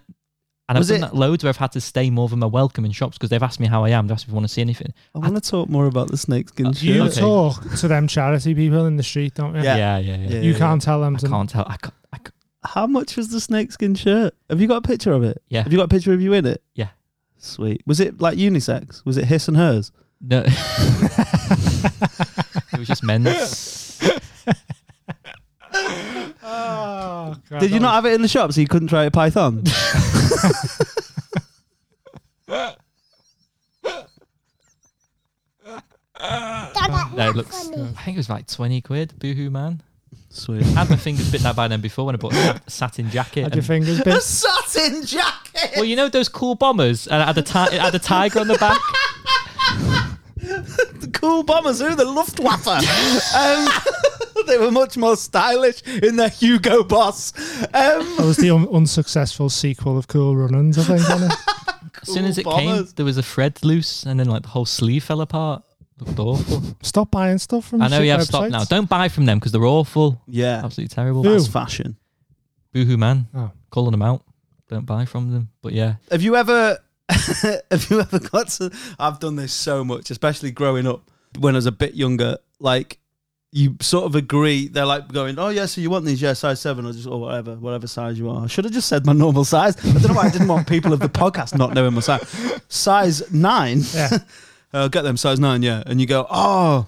Speaker 4: and
Speaker 1: Was
Speaker 4: I've
Speaker 1: it-
Speaker 4: done that loads where I've had to stay more than my welcome in shops because they've asked me how I am. They asked me if I want to see anything.
Speaker 1: I want to talk more about the snakeskin
Speaker 4: Uh,
Speaker 1: shirt.
Speaker 6: you
Speaker 4: Okay.
Speaker 6: talk to them charity people in the street, don't you?
Speaker 1: Yeah.
Speaker 4: Yeah, yeah, yeah.
Speaker 1: Yeah.
Speaker 6: You can't tell them.
Speaker 4: I
Speaker 6: To,
Speaker 4: can't tell. I can't, I, ca-
Speaker 1: How much was the snakeskin shirt? Have you got a picture of it?
Speaker 4: Yeah.
Speaker 1: Have you got a picture of you in it?
Speaker 4: Yeah.
Speaker 1: Sweet. Was it like unisex? Was it his and hers?
Speaker 4: No. (laughs) it was just men's.
Speaker 6: Oh, God,
Speaker 1: Did you
Speaker 6: that
Speaker 1: not have it in the shop so you couldn't try a (laughs) python?
Speaker 4: No, it looks. I think it was like 20 quid. Boohoo, man.
Speaker 1: Sweet.
Speaker 4: I had my fingers bitten out by them before when I bought a sat- satin jacket.
Speaker 6: Had
Speaker 4: and-
Speaker 1: (laughs)
Speaker 6: your fingers bit.
Speaker 1: satin jacket.
Speaker 4: well, you know those cool bombers? And it had a, ti- it had a tiger on the back.
Speaker 1: cool bombers. Who the Luftwaffe? um, (laughs) they were much more stylish in their Hugo Boss. Um,
Speaker 6: That was the un- unsuccessful sequel of Cool Runnings, I think. wasn't it? (laughs)
Speaker 4: As soon as it
Speaker 1: Cool
Speaker 4: came,
Speaker 1: bombers.
Speaker 4: there was a thread loose, and then like the whole sleeve fell apart. Looked awful.
Speaker 6: Stop buying stuff from.
Speaker 4: I know
Speaker 6: shit
Speaker 4: you have
Speaker 6: websites.
Speaker 4: stopped now. Don't buy from them because they're awful.
Speaker 1: yeah,
Speaker 4: Absolutely terrible.
Speaker 6: Who?
Speaker 1: that's fashion.
Speaker 4: Boohoo, man.
Speaker 6: Oh.
Speaker 4: Calling them out. Don't buy from them. But yeah,
Speaker 1: Have you ever? (laughs) have you ever got to? I've done this so much, especially growing up when I was a bit younger. Like you sort of agree. They're like going, "Oh yeah, so you want these? Yeah, size seven or just or whatever, whatever size you are." I should have just said my normal size. I don't know why I didn't want people of the podcast not knowing my size. Size nine.
Speaker 6: Yeah.
Speaker 1: uh, get them size nine, yeah. And you go, oh,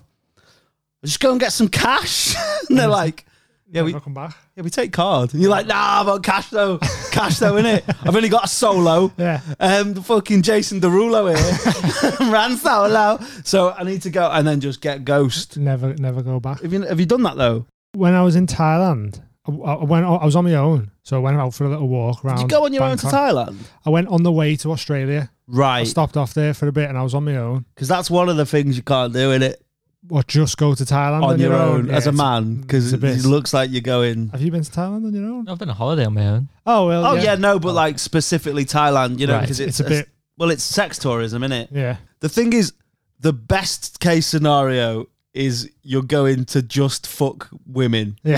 Speaker 1: just go and get some cash. (laughs) and they're like, (laughs) yeah, we
Speaker 6: Never come back.
Speaker 1: yeah, we take card. And you're like, nah, I've got cash though, cash though, innit? I've only got a solo.
Speaker 6: Yeah.
Speaker 1: Um, the fucking Jason Derulo here (laughs) ran solo, so I need to go and then just get ghost.
Speaker 6: Never, never go back.
Speaker 1: Have you have you done that though?
Speaker 6: When I was in Thailand, I, I went. I was on my own, so I went out for a little walk around.
Speaker 1: Did you go on your own to
Speaker 6: Bangkok.
Speaker 1: Thailand?
Speaker 6: I went on the way to Australia. I
Speaker 1: Right,
Speaker 6: stopped off there for a bit, and I was on my own.
Speaker 1: because that's one of the things you can't do in it
Speaker 6: Or just go to Thailand
Speaker 1: on your own
Speaker 6: Yeah,
Speaker 1: as a
Speaker 6: it's-
Speaker 1: man because
Speaker 6: it's a
Speaker 1: it
Speaker 6: bit-
Speaker 1: looks like you're going.
Speaker 6: Have you been to Thailand on your own?
Speaker 4: I've been on holiday on my own.
Speaker 6: Oh well.
Speaker 1: Oh yeah, no, but like specifically Thailand, you know,
Speaker 4: Right.
Speaker 1: because
Speaker 6: It's
Speaker 1: it's,
Speaker 6: a bit-
Speaker 1: well, it's sex tourism, isn't it?
Speaker 6: Yeah.
Speaker 1: The thing is, the best case scenario is you're going to just fuck women,
Speaker 6: Yeah.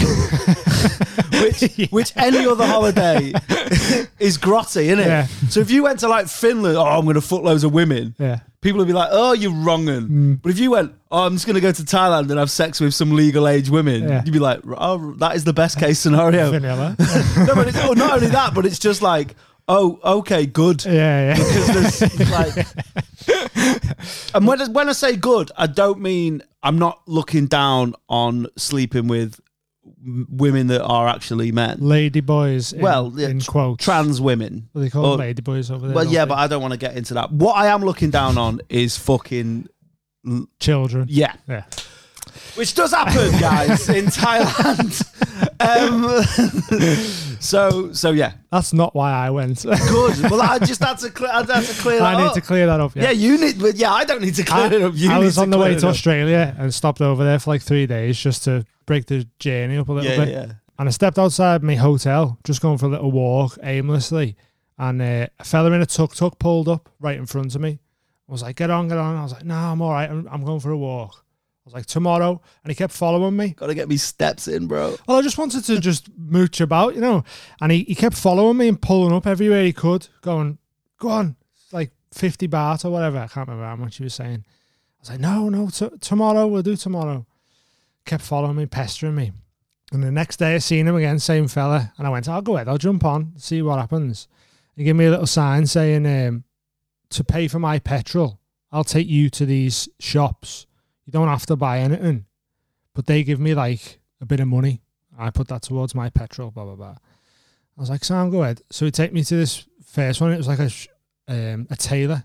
Speaker 6: (laughs)
Speaker 1: which which any other holiday is grotty, isn't it?
Speaker 6: Yeah.
Speaker 1: So if you went to like Finland, oh, I'm going to fuck loads of women. (laughs)
Speaker 6: yeah. Mm.
Speaker 1: People would be like, "Oh, you're wronging." But if you went, "Oh, I'm just going to go to Thailand and have sex with some legal age women,"
Speaker 6: Yeah.
Speaker 1: you'd be like, "Oh, that is the best
Speaker 6: (laughs)
Speaker 1: case scenario." no,
Speaker 6: Vanilla.
Speaker 1: but it's, oh, not only that, but it's just like, "Oh, okay, good."
Speaker 6: yeah.
Speaker 1: (laughs)
Speaker 6: Yeah.
Speaker 1: because there's like and when, I- when i say good i don't mean i'm not looking down on sleeping with m- women that are actually men
Speaker 6: Lady boys. In,
Speaker 1: well yeah,
Speaker 6: in
Speaker 1: tr-
Speaker 6: quotes.
Speaker 1: trans women
Speaker 6: What do they call
Speaker 1: Or-
Speaker 6: them? lady boys over there?
Speaker 1: well
Speaker 6: don't
Speaker 1: yeah
Speaker 6: they?
Speaker 1: but i don't want to get into that what i am looking down on is fucking
Speaker 6: children.
Speaker 1: yeah
Speaker 6: Yeah.
Speaker 1: which does happen guys in thailand um (laughs) so so yeah
Speaker 6: That's not why I went. (laughs)
Speaker 1: good well i just had to clear that's a clear that
Speaker 6: I need
Speaker 1: up.
Speaker 6: to clear that up. Yeah.
Speaker 1: Oh. yeah, you need. But yeah, I don't need to clear it up. You
Speaker 6: I
Speaker 1: need
Speaker 6: was
Speaker 1: to
Speaker 6: on the
Speaker 1: clear
Speaker 6: way
Speaker 1: it
Speaker 6: to
Speaker 1: up.
Speaker 6: Australia and stopped over there for like three days just to break the journey up a little bit. And I stepped outside my hotel, just going for a little walk aimlessly. And uh, a fella in a tuk tuk pulled up right in front of me. I was like, get on, get on. I was like, no, I'm all right. I'm, I'm going for a walk. I was like, tomorrow. And he kept following me.
Speaker 1: Gotta get me steps in,
Speaker 6: (laughs)
Speaker 1: bro. (laughs)
Speaker 6: Well, I just wanted to just mooch about, you know. And he, he kept following me and pulling up everywhere he could, going, go on, It's like 50 baht or whatever. I can't remember how much he was saying. I was like, no, no, t- tomorrow, we'll do tomorrow. Kept following me, pestering me. And the next day I seen him again, same fella. And I went, I'll go ahead, I'll jump on, see what happens. He gave me a little sign saying, um, to pay for my petrol, I'll take you to these shops. You don't have to buy anything. But they give me like a bit of money. I put that towards my petrol, blah, blah, blah. I was like, Sam, go ahead. So he take me to this first one. It was like a, sh- um, a tailor,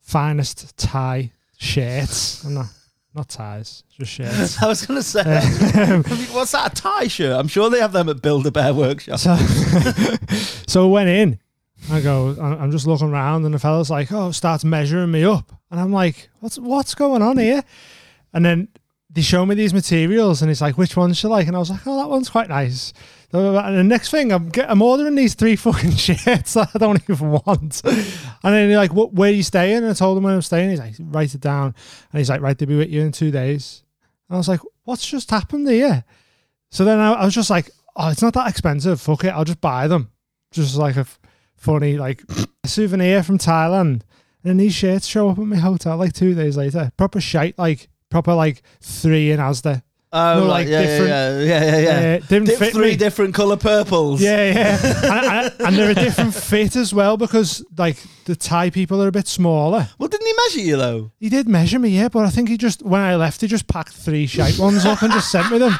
Speaker 6: finest tie shirts. and that. not ties, just shirts.
Speaker 1: I was gonna say,
Speaker 6: Um,
Speaker 1: I mean, what's that a tie shirt? I'm sure they have them at Build a Bear Workshop.
Speaker 6: (laughs) So, so I went in. I go, I- I'm just looking around, and the fella's like, oh, starts measuring me up. And I'm like, what's what's going on here? And then they show me these materials, and it's like, which ones you like? And I was like, oh, that one's quite nice. Blah, blah, blah. And the next thing, I'm get, I'm ordering these three fucking (laughs) shirts that I don't even want. And then they're like, what, where are you staying? And I told him where I'm staying. He's like, write it down. And he's like, right, they'll be with you in two days. And I was like, what's just happened here? So then I, I was just like, oh, it's not that expensive. Fuck it. I'll just buy them. Just like a f- funny, like souvenir from Thailand. And then these shirts show up at my hotel like two days later. Proper shite, like proper like three in Asda.
Speaker 1: Oh,
Speaker 6: were,
Speaker 1: right,
Speaker 6: like,
Speaker 1: yeah,
Speaker 6: different.
Speaker 1: yeah, yeah, yeah, yeah, yeah.
Speaker 6: Uh, didn't
Speaker 1: Dip
Speaker 6: fit
Speaker 1: three
Speaker 6: me.
Speaker 1: different color purples.
Speaker 6: Yeah, yeah. and, and, and they're a different fit as well because like the Thai people are a bit smaller.
Speaker 1: Well, didn't he measure you though?
Speaker 6: He did measure me, yeah, but I think he just when I left, he just packed three shite ones up and just sent me them.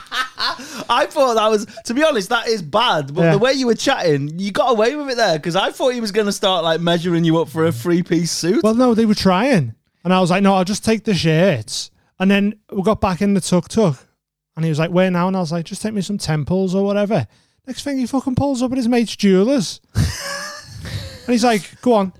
Speaker 1: I thought that was, to be honest, that is bad. But
Speaker 6: Yeah.
Speaker 1: the way you were chatting, you got away with it there because I thought he was going to start like measuring you up for a three piece suit.
Speaker 6: Well, no, they were trying, and I was like, no, I'll just take the shirts. And then we got back in the tuk tuk, and he was like, where now? And I was like, just take me some temples or whatever. Next thing, he fucking pulls up at his mate's
Speaker 1: (laughs)
Speaker 6: jewelers, and he's like, go on.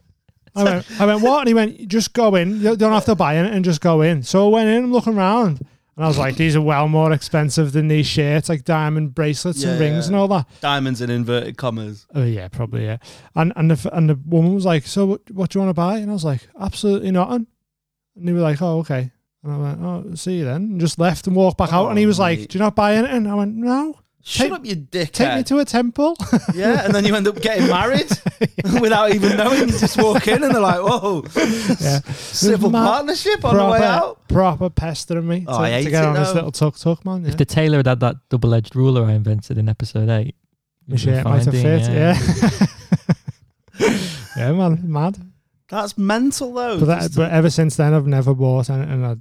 Speaker 6: I went, I went, what? And he went, just go in. You don't have to buy it and just go in. So I went in, I'm looking around. And I was like, these are well more expensive than these shirts, like diamond bracelets and
Speaker 1: Yeah,
Speaker 6: rings
Speaker 1: yeah.
Speaker 6: and all that.
Speaker 1: Diamonds in inverted commas.
Speaker 6: Oh yeah, probably yeah. And and the f- and the woman was like, "So what, what do you want to buy?" And I was like, "Absolutely nothing." And they were like, "Oh okay." And I went, "Oh, see you then." And just left and walked back out. And he
Speaker 1: Oh,
Speaker 6: was
Speaker 1: mate.
Speaker 6: like, "Do you not buy anything?" I went, "No."
Speaker 1: Shut
Speaker 6: Take-
Speaker 1: up, you
Speaker 6: Take me
Speaker 1: dickhead.
Speaker 6: to a temple.
Speaker 1: yeah, and then you end up getting
Speaker 6: (laughs)
Speaker 1: married without even knowing. You just walk in and they're like, whoa,
Speaker 6: yeah.
Speaker 1: civil
Speaker 6: Mad-
Speaker 1: partnership (laughs) on the way out.
Speaker 6: proper pestering me
Speaker 1: Oh,
Speaker 6: to,
Speaker 1: I
Speaker 6: to
Speaker 1: hate
Speaker 6: get
Speaker 1: it
Speaker 6: on this
Speaker 1: though.
Speaker 6: little tuk tuk, man. Yeah.
Speaker 4: If the tailor had had that double edged ruler I invented in episode 8,
Speaker 6: My shirt might have fit, yeah. yeah, (laughs) man, mad.
Speaker 1: (laughs) That's mental though.
Speaker 6: But, that,
Speaker 1: Just-
Speaker 6: but ever since then, I've never bought anything I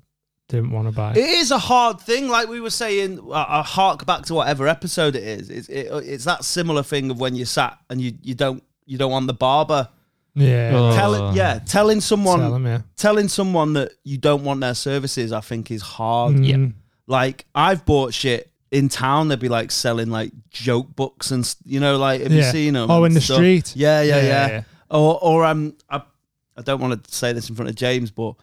Speaker 6: didn't want to buy.
Speaker 1: It is a hard thing, like we were saying. I I hark back to whatever episode it is. It's it, it's that similar thing of when you sat and you you don't you don't want the barber.
Speaker 6: yeah,
Speaker 4: Oh,
Speaker 1: Tell yeah, telling someone
Speaker 6: tell 'em, yeah.
Speaker 1: telling someone that you don't want their services, I think, is hard.
Speaker 6: Mm.
Speaker 1: Like I've bought shit in town. They'd be like selling like joke books and s- you know like have you
Speaker 6: Yeah.
Speaker 1: seen them?
Speaker 6: Oh, in the street.
Speaker 1: Yeah, yeah, yeah.
Speaker 6: Yeah, yeah, yeah.
Speaker 1: Or or um, I I don't want to say this in front of James, but.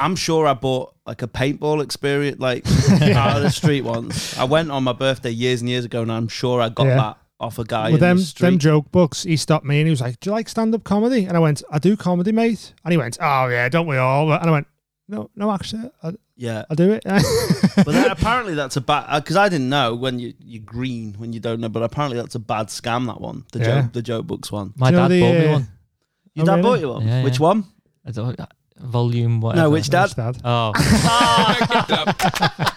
Speaker 1: I'm sure I bought like a paintball experience,
Speaker 6: (laughs)
Speaker 1: like out of the street once. I went on my birthday years and years ago, and I'm sure I got
Speaker 6: Yeah.
Speaker 1: that off a guy
Speaker 6: Well,
Speaker 1: in
Speaker 6: them,
Speaker 1: the
Speaker 6: them
Speaker 1: street.
Speaker 6: joke books, he stopped me and he was like, Do you like stand up comedy? And I went, I do comedy, mate. And he went, Oh, yeah, don't we all? And I went, No, no, actually, I, (laughs)
Speaker 1: yeah,
Speaker 6: I do it.
Speaker 1: but then apparently that's a bad because I didn't know when you you're green when you don't know, but apparently that's a bad scam. That one, the
Speaker 6: Yeah.
Speaker 1: joke, the joke books one.
Speaker 4: My
Speaker 6: Do you know
Speaker 4: dad
Speaker 6: the,
Speaker 4: bought me
Speaker 6: uh,
Speaker 4: one.
Speaker 1: Your
Speaker 6: Oh,
Speaker 1: dad
Speaker 6: really?
Speaker 1: bought you one.
Speaker 4: Yeah,
Speaker 1: Which
Speaker 4: yeah.
Speaker 1: one?
Speaker 4: I don't- volume, whatever.
Speaker 1: No, which dad?
Speaker 6: Dad.
Speaker 4: (laughs) Oh,
Speaker 1: (laughs)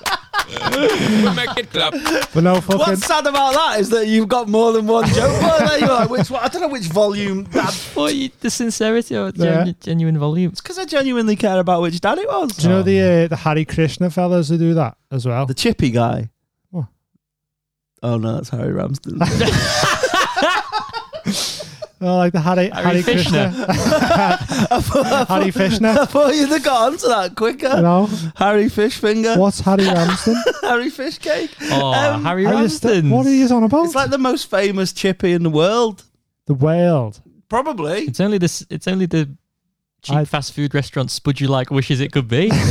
Speaker 5: Make it clap.
Speaker 1: (laughs)
Speaker 6: But no, fucking.
Speaker 1: What's sad about that is that you've got more than one joke. Well, there you are. Which one? I don't know which volume. Dad.
Speaker 4: Well, you- the sincerity or
Speaker 6: Yeah.
Speaker 4: genu- genuine volume.
Speaker 1: Because I genuinely care about which dad it was.
Speaker 6: Do you know the uh, the Harry Krishna fellas who do that as well?
Speaker 1: The chippy guy.
Speaker 6: What?
Speaker 1: Oh no, that's Harry
Speaker 6: (laughs)
Speaker 1: Ramsden.
Speaker 6: Oh, like the Harry
Speaker 4: Harry
Speaker 6: Harry,
Speaker 4: Krishna.
Speaker 6: Krishna.
Speaker 1: (laughs)
Speaker 6: Harry
Speaker 1: I
Speaker 6: Fishner.
Speaker 1: thought you'd have got onto that quicker.
Speaker 6: You know
Speaker 1: Harry Fish Finger,
Speaker 6: what's Harry Ramsden?
Speaker 1: Harry Fish Cake.
Speaker 4: Oh,
Speaker 1: (laughs) Um,
Speaker 4: Harry
Speaker 6: I just-
Speaker 4: Ramsden.
Speaker 6: What are you on about?
Speaker 1: It's like the most famous chippy in the world, (laughs)
Speaker 6: the world.
Speaker 1: probably.
Speaker 4: It's only this. It's only the cheap
Speaker 6: I-
Speaker 4: fast food restaurant Spudgy like wishes it could be. (laughs)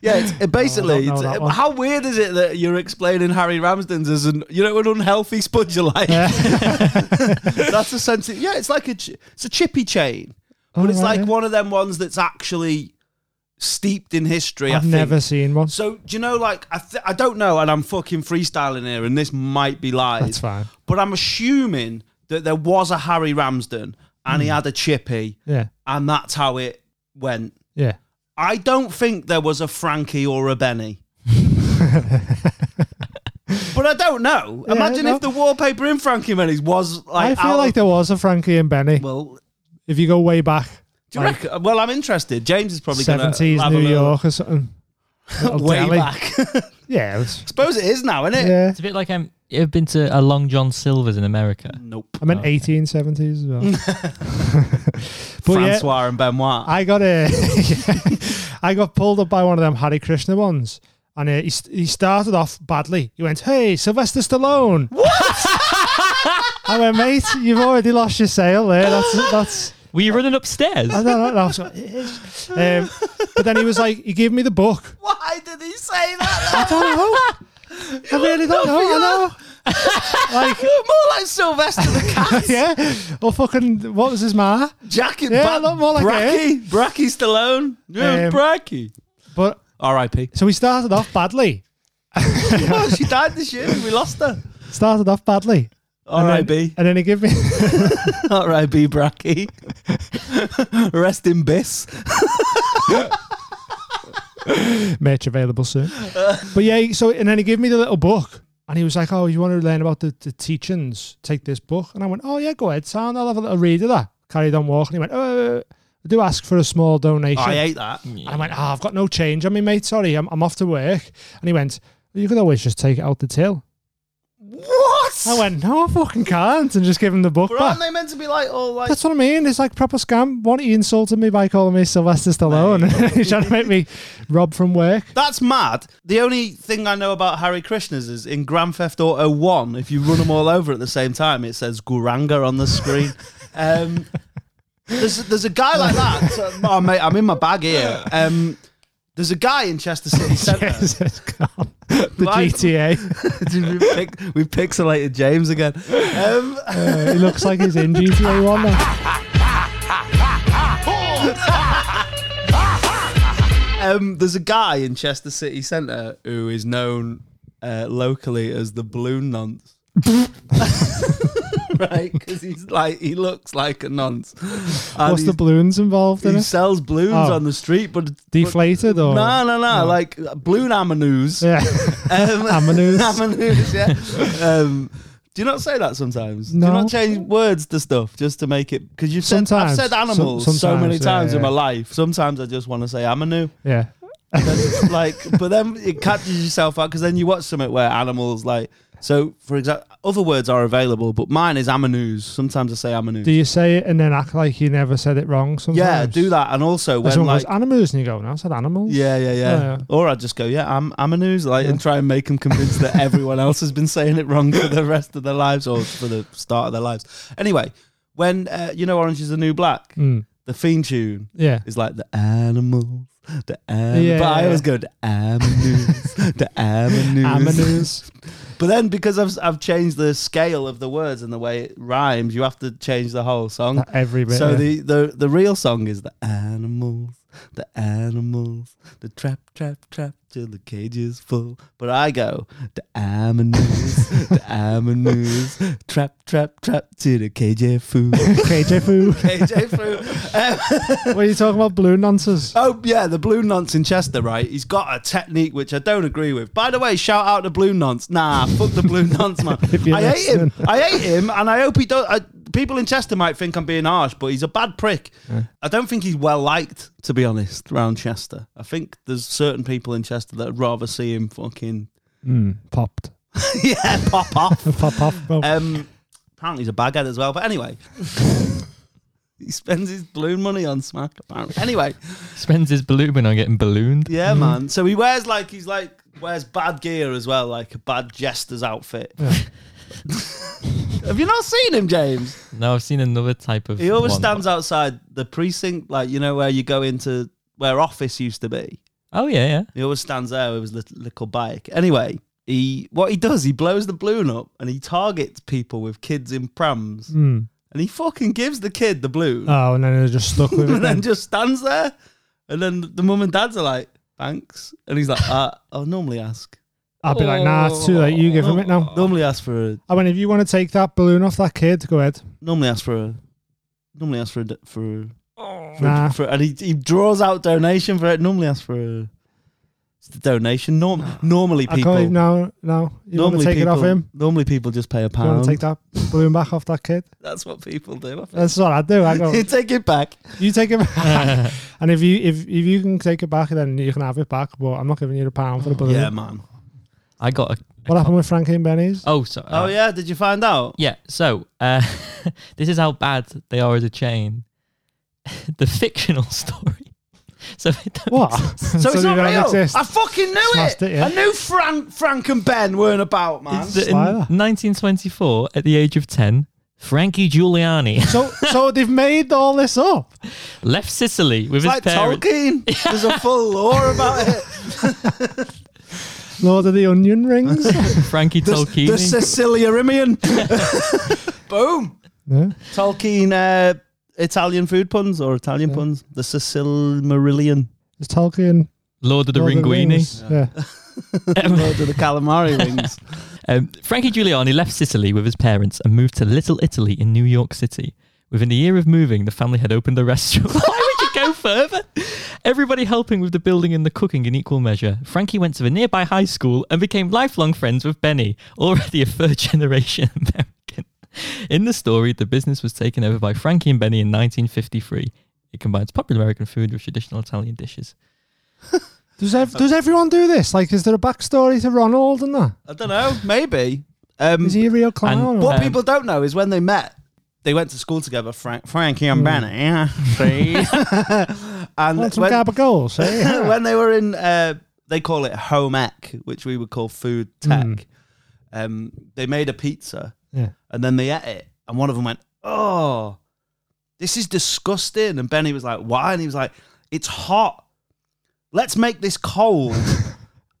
Speaker 1: Yeah, it's, it basically.
Speaker 6: know
Speaker 1: it's-
Speaker 6: that one.
Speaker 1: how weird is it that you're explaining Harry Ramsden's as an you know an unhealthy sponge like? that's a sense. Of, yeah, it's like a ch- it's a chippy chain, but
Speaker 6: Oh,
Speaker 1: it's
Speaker 6: right,
Speaker 1: like
Speaker 6: yeah.
Speaker 1: one of them ones that's actually steeped in history. I
Speaker 6: I've
Speaker 1: think.
Speaker 6: never seen one.
Speaker 1: So do you know? Like I, th- I don't know, and I'm fucking freestyling here, and this might be lies.
Speaker 6: That's fine.
Speaker 1: But I'm assuming that there was a Harry Ramsden, and
Speaker 6: Hmm.
Speaker 1: he had a chippy,
Speaker 6: Yeah,
Speaker 1: and that's how it went.
Speaker 6: yeah.
Speaker 1: I don't think there was a Frankie or a
Speaker 6: (laughs)
Speaker 1: Benny. but I don't know.
Speaker 6: Yeah,
Speaker 1: Imagine
Speaker 6: no.
Speaker 1: if the wallpaper in Frankie and Benny's was like.
Speaker 6: I feel
Speaker 1: out
Speaker 6: like
Speaker 1: of-
Speaker 6: there was a Frankie and Benny.
Speaker 1: Well,
Speaker 6: if you go way back,
Speaker 1: do you reckon? Well, I'm interested. James is probably going to.
Speaker 6: seventies New York or something. Little
Speaker 1: Way
Speaker 6: deli.
Speaker 1: back.
Speaker 6: Yeah, it was-
Speaker 1: suppose it is now, isn't it?
Speaker 6: yeah.
Speaker 4: it's a bit like um, you've been to a Long John Silver's in America.
Speaker 1: Nope.
Speaker 6: I meant
Speaker 4: Okay.
Speaker 6: eighteen seventies
Speaker 1: (laughs)
Speaker 6: as well. but yeah,
Speaker 1: Francois and Benoit.
Speaker 6: I got a, (laughs) I got pulled up by one of them Harry Krishna ones, and uh, he st- he started off badly. He went, "Hey, Sylvester Stallone." What? (laughs) I went, mate, you've already lost your sale there. That's that's
Speaker 1: (laughs)
Speaker 4: Were you running upstairs?
Speaker 6: I don't know. And I was like, "Yes." um, but then he was like, he gave me the book.
Speaker 1: Why did he say that?
Speaker 6: I don't know. I really don't know. I
Speaker 1: (laughs)
Speaker 6: know.
Speaker 1: More like Sylvester the cat.
Speaker 6: like, (laughs) yeah. Or fucking, what was his ma?
Speaker 1: Jack and
Speaker 6: Yeah, look more like
Speaker 1: Bracky. Bracky Stallone. Yeah,
Speaker 6: Um,
Speaker 1: Bracky.
Speaker 6: But (laughs)
Speaker 1: R.I.P.
Speaker 6: so he started off badly.
Speaker 1: well, she died this year. We lost her.
Speaker 6: Started off badly. And then-
Speaker 1: R.I.B.
Speaker 6: And then he gave me. (laughs)
Speaker 1: R.I.B. (laughs) Bracky. Rest in bis.
Speaker 6: merch available soon. But yeah, so and then he gave me the little book, and he was like, "Oh, you want to learn about the, the teachings? Take this book." And I went, "Oh yeah, go ahead, sound. I'll have a little read of that." Carried on walking. He went, "Oh, I do ask for a small donation."
Speaker 1: I hate that.
Speaker 6: And I went, "Oh, I've got no change on me, mate. Sorry, I'm, I'm off to work." And he went, "You could always just take it out the till."
Speaker 1: What?
Speaker 6: I went, "No, I fucking can't," and just give him the book
Speaker 1: But
Speaker 6: back.
Speaker 1: aren't they meant to be like all like?
Speaker 6: That's what I mean. It's like proper scam. One, he insulted me by calling me Sylvester Stallone. (laughs) He's trying to make me rob
Speaker 1: (laughs)
Speaker 6: from work.
Speaker 1: That's mad. The only thing I know about Harry Krishnas is in Grand Theft Auto 1, if you run them all over at the same time, it says Guranga on the (laughs) screen. Um, there's, there's a guy like that. So, (laughs) oh, mate, I'm in my bag here. Um, there's a guy in Chester (laughs) City Centre.
Speaker 6: (laughs) Jesus, God. the
Speaker 1: Why-
Speaker 6: GTA.
Speaker 1: we, pic- we pixelated James again. Um,
Speaker 6: Uh, he looks like he's in GTA 1
Speaker 1: (laughs)
Speaker 6: now.
Speaker 1: um, there's a guy in Chester City Centre who is known uh, locally as the Balloon
Speaker 6: (laughs)
Speaker 1: Nonce. right? Because he's like, he looks like a nonce. And
Speaker 6: What's the
Speaker 1: he's-
Speaker 6: balloons involved in
Speaker 1: he
Speaker 6: it?
Speaker 1: sells balloons
Speaker 6: Oh.
Speaker 1: on the street, but
Speaker 6: Deflated or?
Speaker 1: no, no, no, like uh, balloon amanoos. (laughs)
Speaker 6: Yeah. (laughs)
Speaker 1: Um, (laughs)
Speaker 6: Amanoos.
Speaker 1: amanoos, yeah. um, do you not say that sometimes? Do
Speaker 6: No.
Speaker 1: you not change words to stuff just to make it? Because you've said, I've
Speaker 6: Sometimes.
Speaker 1: said animals
Speaker 6: Some-
Speaker 1: so many
Speaker 6: sometimes, yeah,
Speaker 1: times in
Speaker 6: yeah.
Speaker 1: my life. Sometimes I just want to say amanoo.
Speaker 6: yeah.
Speaker 1: And then it's like, but then it catches yourself out because then you watch something where animals like. So, for example, other words are available, but mine is amanoos. Sometimes I say amanoos.
Speaker 6: Do you say it and then act like you never said it wrong sometimes?
Speaker 1: yeah, do that, and also
Speaker 6: When,
Speaker 1: when
Speaker 6: someone
Speaker 1: like
Speaker 6: goes, animals, and you go, no, I said animals.
Speaker 1: Yeah, yeah, yeah.
Speaker 6: Oh, yeah.
Speaker 1: Or I'd just go, yeah, I'm I'm a news, like, and try and make them convinced that everyone else has been saying it wrong for the rest of their lives or for the start of their lives. Anyway, when uh, you know Orange is the New Black,
Speaker 6: Mm,
Speaker 1: the theme tune
Speaker 6: yeah.
Speaker 1: is like the animals, the animals.
Speaker 6: Yeah,
Speaker 1: but I
Speaker 6: yeah,
Speaker 1: always
Speaker 6: yeah.
Speaker 1: go the animals,
Speaker 6: (laughs)
Speaker 1: the animals. (laughs)
Speaker 6: Amanoos.
Speaker 1: but then because I've I've changed the scale of the words and the way it rhymes, you have to change the whole song.
Speaker 6: That every bit.
Speaker 1: So
Speaker 6: (laughs) yeah.
Speaker 1: the, the the real song is the animals, the animals, the trap, trap, trap till the cage is full. But I go the animals, the
Speaker 6: (laughs)
Speaker 1: animals, trap, trap, trap till the cage is
Speaker 6: (laughs)
Speaker 1: full. (laughs)
Speaker 6: KJ Foo.
Speaker 1: cage is full. Um,
Speaker 6: (laughs) what are you talking about?
Speaker 1: (laughs)
Speaker 6: Balloon nonsense.
Speaker 1: oh yeah, the blue nonce in Chester, right? He's got a technique which I don't agree with. By the way, shout out to blue nonce. Nah, fuck the
Speaker 6: (laughs)
Speaker 1: blue nonce man.
Speaker 6: If you're
Speaker 1: I hate him.
Speaker 6: listening.
Speaker 1: I hate him, and I hope he does. I, people in Chester might think I'm being harsh, but he's a bad prick. I don't think he's well liked, to be honest, around Chester. I think there's certain people in Chester that would rather see him
Speaker 6: (laughs)
Speaker 1: fucking
Speaker 6: Mm, popped.
Speaker 1: yeah (laughs) pop off.
Speaker 6: Pop off. bro.
Speaker 1: Um, apparently he's a baghead as well. But
Speaker 6: (laughs)
Speaker 1: anyway, he spends his balloon money on smack. Apparently, anyway.
Speaker 4: Spends his balloon on getting ballooned.
Speaker 1: Yeah, man. So he wears like he's like wears bad gear as well, like a bad jester's outfit. (laughs) Have you not seen him, James?
Speaker 4: Now I've seen another type of.
Speaker 1: He always
Speaker 4: one.
Speaker 1: stands outside the precinct, like you know where you go into where office used to be.
Speaker 4: Oh yeah, yeah.
Speaker 1: He always stands there with his little, little bike. Anyway, he what he does, he blows the balloon up and he targets people with kids in prams,
Speaker 6: Mm.
Speaker 1: and he fucking gives the kid the balloon,
Speaker 6: Oh, and then they're just stuck
Speaker 1: (laughs)
Speaker 6: with it.
Speaker 1: and (laughs)
Speaker 6: then.
Speaker 1: then just stands there, and then the mum and dads are like, "Thanks," and he's like, uh, "I'll normally ask."
Speaker 6: I'll be like, nah, it's too late. You give him it now.
Speaker 1: Normally ask for a
Speaker 6: I mean, if you want to take that balloon off that kid, go ahead.
Speaker 1: normally ask for a normally ask for a, d- for, a- for, a-
Speaker 6: Nah.
Speaker 1: for and he, he draws out donation for it. Normally ask for a it's the donation. Norm, normally
Speaker 6: I
Speaker 1: people
Speaker 6: can't even, no, no. You want to
Speaker 1: normally
Speaker 6: take
Speaker 1: people,
Speaker 6: it off him?
Speaker 1: Normally people just pay a
Speaker 6: You want
Speaker 1: pound.
Speaker 6: to take that balloon back off that kid?
Speaker 1: That's what people do. I think.
Speaker 6: That's what I do. I
Speaker 1: (laughs)
Speaker 6: go,
Speaker 1: you take it back.
Speaker 6: you take it back. and if you if, if you can take it back, then you can have it back. But I'm not giving you the pound for the balloon.
Speaker 1: Oh, Yeah, man.
Speaker 4: I got a.
Speaker 6: what happened with Frankie and Benny's?
Speaker 4: Oh, sorry.
Speaker 1: Oh yeah, did you find out?
Speaker 4: Yeah, so uh, (laughs) this is how bad they are as a chain. (laughs) the fictional story. (laughs) So they don't
Speaker 6: What? (laughs)
Speaker 4: exist.
Speaker 1: (laughs) So,
Speaker 6: they
Speaker 1: it's not
Speaker 6: don't
Speaker 1: real.
Speaker 6: exist.
Speaker 1: I fucking knew
Speaker 6: Smashed
Speaker 1: it.
Speaker 6: it, yeah.
Speaker 1: I knew Frank, Frank and Ben weren't about, man.
Speaker 4: That in
Speaker 6: Sly that.
Speaker 4: 1924, at the age of 10, Frankie Giuliani (laughs)
Speaker 6: so so they've made all this up.
Speaker 4: left Sicily with
Speaker 1: It's like
Speaker 4: his
Speaker 1: (laughs)
Speaker 4: parents.
Speaker 1: Tolkien. There's a full lore about it.
Speaker 6: Lord of the
Speaker 1: (laughs)
Speaker 6: Onion Rings.
Speaker 4: Frankie Tolkien.
Speaker 1: The Sicilia (laughs) Boom.
Speaker 6: Yeah.
Speaker 1: Tolkien uh, Italian food puns or Italian puns. The Sicil Marillion.
Speaker 6: It's Tolkien.
Speaker 4: Lord of the
Speaker 6: Lord of the
Speaker 4: Ringuini. (laughs)
Speaker 6: Rings. Yeah.
Speaker 4: Um,
Speaker 1: Lord of the
Speaker 6: (laughs)
Speaker 1: calamari rings.
Speaker 4: um, Frankie Giuliani left Sicily with his parents and moved to Little Italy in New (laughs) York City. Within a year of moving, the family had opened a restaurant. Why would you go further? Everybody helping with the building and the cooking in equal measure. Frankie went to the nearby high school and became lifelong friends with Benny, already a third (laughs) generation American. In the story, the business was taken over by Frankie and Benny in 1953. It combines popular American food with traditional Italian dishes.
Speaker 6: Does ev- does everyone do this? Like, is there a backstory to Ronald and that?
Speaker 1: I don't know. Maybe. Um,
Speaker 6: Is he a real clown?
Speaker 4: And-
Speaker 6: or-
Speaker 1: What
Speaker 4: Um,
Speaker 1: people don't know is when they met, they went to school together, Frank, Frankie and Benny. (laughs) Yeah,
Speaker 6: (laughs)
Speaker 1: see? and
Speaker 6: Want some
Speaker 1: when,
Speaker 6: gab of
Speaker 1: (laughs)
Speaker 6: goals? eh? Yeah.
Speaker 1: when they were in, uh, they call it home ec, which we would call food tech. Um, they made a pizza
Speaker 6: Mm. Yeah.
Speaker 1: and then they ate it, and one of them went, "Oh, this is disgusting." And Benny was like, "Why?" And he was like, "It's hot. Let's make this
Speaker 6: (laughs)
Speaker 1: cold."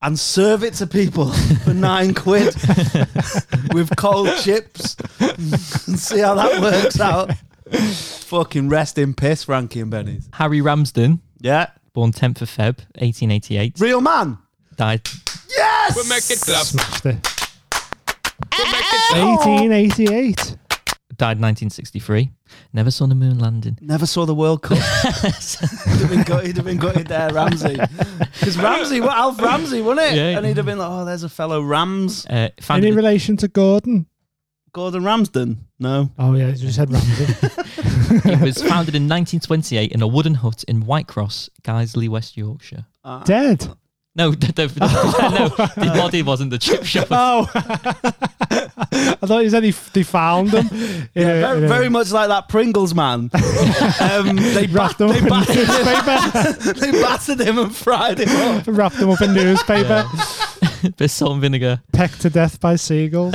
Speaker 1: And serve it to people for nine quid with cold chips and see how that works out.
Speaker 6: (laughs)
Speaker 1: Fucking rest in piss, Frankie and Benny's.
Speaker 4: Harry Ramsden,
Speaker 1: Yeah.
Speaker 4: born 10th of Feb, 1888,
Speaker 1: Real man.
Speaker 4: died.
Speaker 1: Yes.
Speaker 5: We make it clap.
Speaker 6: Smashed it.
Speaker 5: We make it clap.
Speaker 6: 1888.
Speaker 4: Died 1963. Never saw the moon
Speaker 6: (laughs)
Speaker 4: landing.
Speaker 1: Never saw the World
Speaker 4: (laughs)
Speaker 1: Cup. he'd, have been gut- he'd have been gutted there, Ramsey. Because Ramsey, well, Alf Ramsey, wasn't it?
Speaker 4: Yeah.
Speaker 1: And he'd have been like, oh, there's a fellow Rams.
Speaker 4: Uh,
Speaker 6: Any
Speaker 4: founded the-
Speaker 6: relation to Gordon?
Speaker 1: Gordon Ramsden. No.
Speaker 6: Oh yeah, you just said
Speaker 1: (laughs)
Speaker 6: Ramsey.
Speaker 4: It was founded in 1928 in a wooden hut in Whitecross, Guiseley, West Yorkshire.
Speaker 1: Uh,
Speaker 6: Dead.
Speaker 4: No, (laughs) the,
Speaker 6: (laughs)
Speaker 4: the, the- no, the body wasn't the chip shop.
Speaker 6: Oh, (laughs) I thought you said he, f- they found him. in a- in
Speaker 1: Very,
Speaker 6: a-
Speaker 1: very much like that Pringles
Speaker 6: (laughs)
Speaker 1: man. um, they, bat-
Speaker 6: wrapped him
Speaker 1: they,
Speaker 6: up in
Speaker 1: battered him, (laughs)
Speaker 6: newspaper.
Speaker 1: they battered him and fried him up.
Speaker 6: (laughs) wrapped him up in newspaper.
Speaker 4: Bit of salt and vinegar.
Speaker 6: Pecked to death
Speaker 1: (laughs)
Speaker 6: by seagulls.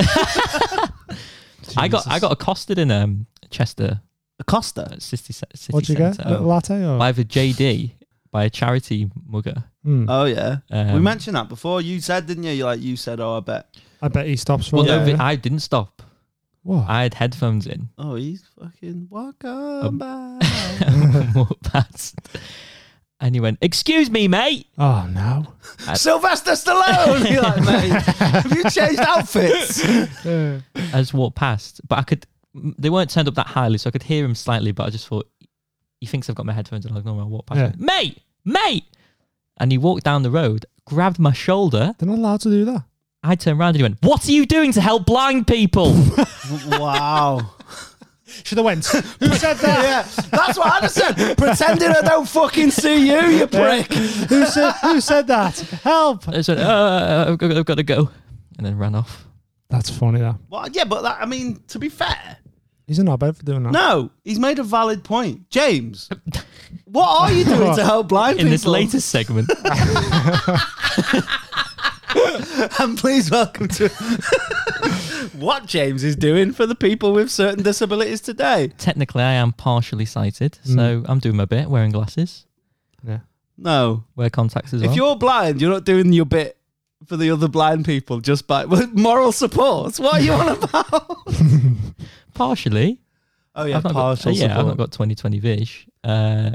Speaker 4: I got I
Speaker 6: Jesus.
Speaker 4: got accosted in um Chester
Speaker 1: Acosta.
Speaker 4: uh, city ce- city
Speaker 6: What'd you get? Oh.
Speaker 4: centre
Speaker 6: A little latte or?
Speaker 4: by the JD by a charity mugger.
Speaker 6: Hmm.
Speaker 1: Oh, yeah.
Speaker 4: Um,
Speaker 1: we mentioned that before. You said, didn't you? You like you said, oh, I bet.
Speaker 6: I bet he stops for
Speaker 4: Well,
Speaker 6: that.
Speaker 4: no, but I didn't stop.
Speaker 6: What?
Speaker 4: I had headphones
Speaker 6: (laughs)
Speaker 4: in. (laughs)
Speaker 1: Oh, he's fucking
Speaker 4: Um,
Speaker 1: welcome back.
Speaker 4: Walked past, and he went, "Excuse me, mate."
Speaker 6: oh no.
Speaker 1: Sylvester
Speaker 4: (laughs)
Speaker 1: Stallone. You're like, mate, have you changed outfits?
Speaker 4: I just walked past, but I could. m- They weren't turned up that highly, so I could hear him slightly. But I just thought he thinks I've got my headphones, and I'll ignore him. I walk past,
Speaker 6: Yeah.
Speaker 4: him, mate, mate, and he walked down the road, grabbed my shoulder.
Speaker 6: They're not allowed to do that.
Speaker 4: I turned around and he went, "What are you doing to help blind people?"
Speaker 1: wow.
Speaker 6: Should have (laughs) went. Who said that?
Speaker 1: Yeah, that's what Anderson pretending I don't fucking see you, you prick.
Speaker 6: who said? Who said that? Help!
Speaker 4: I just went, uh, I've, got, I've got to go, and then ran off.
Speaker 6: That's funny. That
Speaker 1: Well, yeah, but that, I mean, to be fair,
Speaker 6: he's an knobhead for doing that.
Speaker 1: no, he's made a valid point.
Speaker 4: (laughs)
Speaker 1: James, what are you doing to help blind
Speaker 4: In
Speaker 1: people?
Speaker 4: this latest segment,
Speaker 1: and please welcome to (laughs) what James is doing for the people with certain disabilities today.
Speaker 4: technically, I am partially sighted, so I'm doing my bit, wearing glasses,
Speaker 1: No,
Speaker 4: wear contacts as well.
Speaker 1: if you're blind, you're not doing your bit. For the other blind people, just by well, moral support. What (laughs) are you on about?
Speaker 4: partially,
Speaker 1: Oh yeah,
Speaker 4: I've not got,
Speaker 1: partial
Speaker 4: yeah, I've
Speaker 1: support.
Speaker 4: not got 2020 vish. Uh,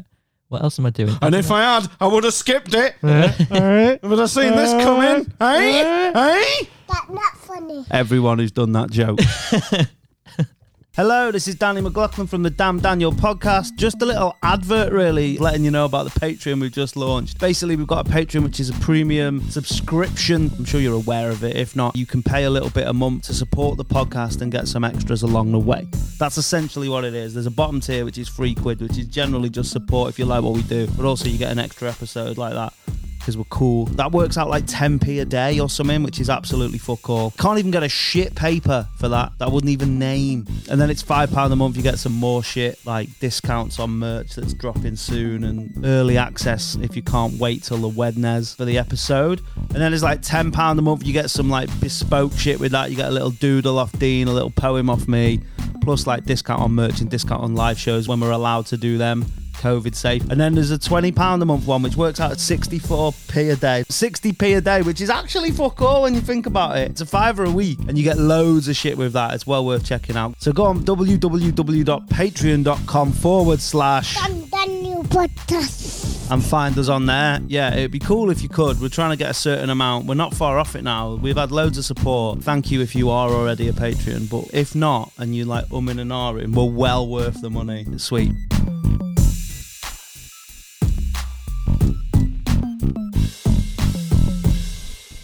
Speaker 4: what else am I doing?
Speaker 1: and if I had, I would have skipped it.
Speaker 6: All right.
Speaker 1: Would I seen this coming? Hey, hey!
Speaker 3: That's not funny.
Speaker 1: Everyone who's done that joke. Hello, this is Danny McLaughlin from the Damn Daniel podcast. Just a little advert, really, letting you know about the Patreon we've just launched. Basically, we've got a Patreon which is a premium subscription. I'm sure you're aware of it. If not, you can pay a little bit a month to support the podcast and get some extras along the way. That's essentially what it is. There's a bottom tier which is free quid, which is generally just support if you like what we do, but also you get an extra episode like that because we're cool. That works out like 10p a day or something, which is absolutely fuck all. Can't even get a shit paper for that. That wouldn't even name. And then it's £5 a month. You get some more shit, like discounts on merch that's dropping soon and early access if you can't wait till the Wednes for the episode. And then it's like £10 a month. You get some like bespoke shit with that. You get a little doodle off Dean, a little poem off me, plus like discount on merch and discount on live shows when we're allowed to do them. COVID safe. And then there's a £20 a month one, which works out at 64p a day. 60p a day, which is actually fuck all when you think about it. It's a fiver a week, and you get loads of shit with that. It's well worth checking out. So go on www.patreon.com forward slash
Speaker 3: Dan Daniel Podcast.
Speaker 1: and find us on there. Yeah, it'd be cool if you could. We're trying to get a certain amount. We're not far off it now. We've had loads of support. Thank you if you are already a Patreon, but if not, and you like umming and ahhing, we're well worth the money. Sweet.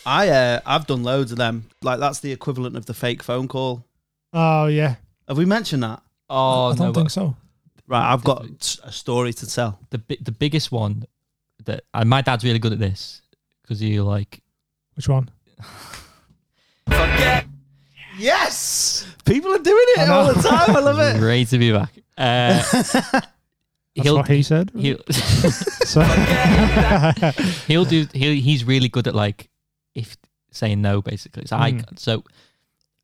Speaker 1: I uh, I've done loads of them. Like that's the equivalent of the fake phone call.
Speaker 6: Oh yeah,
Speaker 1: Have we mentioned that?
Speaker 4: Oh
Speaker 6: I don't
Speaker 4: no,
Speaker 6: think
Speaker 4: but
Speaker 6: so.
Speaker 1: Right, I've got s- a story to tell.
Speaker 4: the bi- the biggest one that and my dad's really good at this because he like
Speaker 6: Which one?
Speaker 1: Yes, people are doing it
Speaker 6: I know.
Speaker 1: all the time. I love it.
Speaker 4: great to be back. Uh,
Speaker 6: That's
Speaker 4: (laughs) he'll
Speaker 6: what he said.
Speaker 4: he'll (laughs)
Speaker 6: So-
Speaker 4: he'll do he he's really good at like if saying no basically. So
Speaker 1: Hmm.
Speaker 4: I so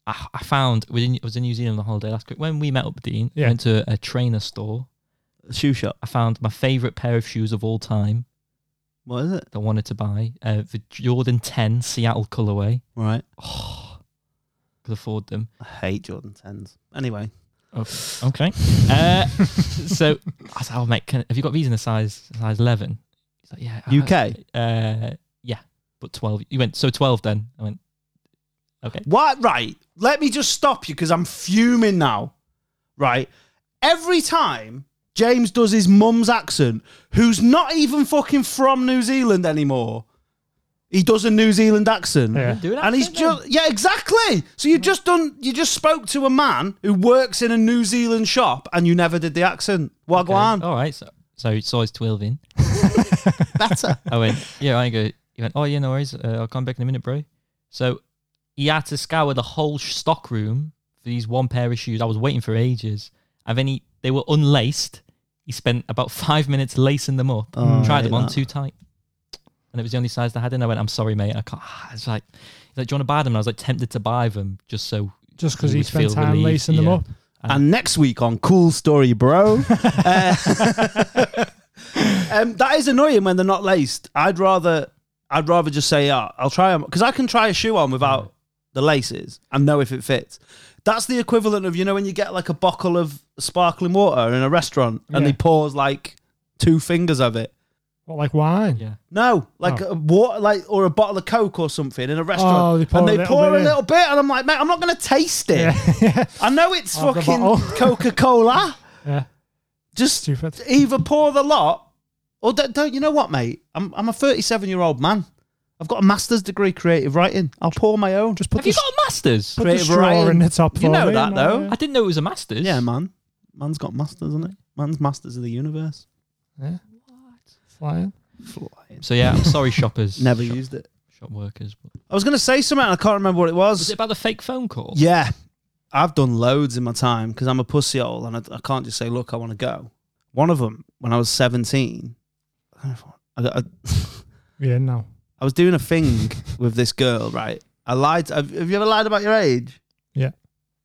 Speaker 4: I, I found we didn't, I was in New Zealand on holiday last week when we met up with Dean.
Speaker 6: Yeah.
Speaker 4: Went to a trainer store.
Speaker 1: Shoe shop.
Speaker 4: I found my favorite pair of shoes of all time
Speaker 1: What is it?
Speaker 4: that I wanted to buy. Uh, the Jordan 10 Seattle colorway.
Speaker 1: Right.
Speaker 4: Could afford them.
Speaker 1: I hate Jordan tens. Anyway, (laughs)
Speaker 4: Okay. Uh, so I said, "Oh mate, can, have you got these in a size size 11?" He's like, "Yeah." I have."
Speaker 1: UK?
Speaker 4: Uh, yeah, but 12. He went, "So 12 then?" I went, "Okay."
Speaker 1: What? Right. Let me just stop you because I'm fuming now. Right. Every time James does his mum's accent, who's not even fucking from New Zealand anymore, he does a New Zealand accent.
Speaker 6: Yeah.
Speaker 4: Do an
Speaker 1: And he's
Speaker 4: accent then.
Speaker 1: just yeah, exactly. So you just done you just spoke to a man who works in a New Zealand shop and you never did the accent.
Speaker 4: Okay,
Speaker 1: Wagwan.
Speaker 4: All right. So, so he saw his 12 in. Better. I went, yeah, I go, he went, oh, yeah, no worries. Uh, I'll come back in a minute, bro. So he had to scour the whole sh- stock room for these one pair of shoes. I was waiting for ages. And then he, they were unlaced. He spent about five minutes lacing them up.
Speaker 1: Oh, I
Speaker 4: tried them
Speaker 1: hate
Speaker 4: on
Speaker 1: that.
Speaker 4: too tight. And it was the only size they had in. I went, I'm sorry, mate. I can't. (sighs) I was like, he's like, do you want to buy them? And I was like tempted to buy them just so.
Speaker 6: Just because
Speaker 4: You
Speaker 6: he
Speaker 4: would
Speaker 6: spent
Speaker 4: feel
Speaker 6: time
Speaker 4: relieved,
Speaker 6: lacing them
Speaker 4: yeah.
Speaker 6: up.
Speaker 1: Uh-huh. And next week on Cool Story Bro. (laughs) uh, um, that is annoying when they're not laced. I'd rather I'd rather just say, yeah, I'll try them because I can try a shoe on
Speaker 6: Mm.
Speaker 1: without the laces and know if it fits. That's the equivalent of you know when you get like a bottle of sparkling water in a restaurant and
Speaker 6: Yeah.
Speaker 1: he pours like two fingers of it.
Speaker 6: What like wine?
Speaker 4: Yeah.
Speaker 1: No, like a water, like or a bottle of Coke or something in a restaurant,
Speaker 6: Oh, they pour
Speaker 1: and
Speaker 6: a
Speaker 1: they
Speaker 6: little
Speaker 1: pour
Speaker 6: bit
Speaker 1: a
Speaker 6: in.
Speaker 1: little bit, and I'm like, mate, I'm not going to taste it.
Speaker 6: (laughs) Yeah.
Speaker 1: I know it's
Speaker 6: Of the
Speaker 1: fucking
Speaker 6: bottle.
Speaker 1: Coca Cola.
Speaker 6: yeah.
Speaker 1: Just
Speaker 6: Stupid.
Speaker 1: either pour the lot or don't, don't. You know what, mate? I'm I'm a 37 year old man. I've got a master's degree creative writing. I'll pour my own. Just
Speaker 6: Just put
Speaker 4: Have you
Speaker 6: the,
Speaker 4: got a master's?
Speaker 6: put the
Speaker 1: creative
Speaker 6: straw
Speaker 1: writing?
Speaker 6: in the top.
Speaker 1: You
Speaker 6: for
Speaker 1: know
Speaker 6: me,
Speaker 1: that,
Speaker 6: man,
Speaker 1: though.
Speaker 6: yeah.
Speaker 4: I didn't know it was a master's.
Speaker 1: yeah, man. Man's got masters, isn't it? Man's masters of the universe.
Speaker 6: Flying.
Speaker 1: Flying.
Speaker 4: So yeah,
Speaker 1: (laughs)
Speaker 4: I'm sorry, shoppers.
Speaker 1: Never
Speaker 4: shop,
Speaker 1: used it.
Speaker 4: shop workers. But
Speaker 1: I was going to say something. and I can't remember what it was.
Speaker 4: Was it about the fake phone call?
Speaker 1: Yeah, I've done loads in my time because I'm a pussy hole and I, I can't just say, look, I want to go. One of them, when I was 17, I, I,
Speaker 6: Yeah, no.
Speaker 1: I was doing a thing (laughs) with this girl, right? I lied. Have, have you ever lied about your age?
Speaker 6: Yeah.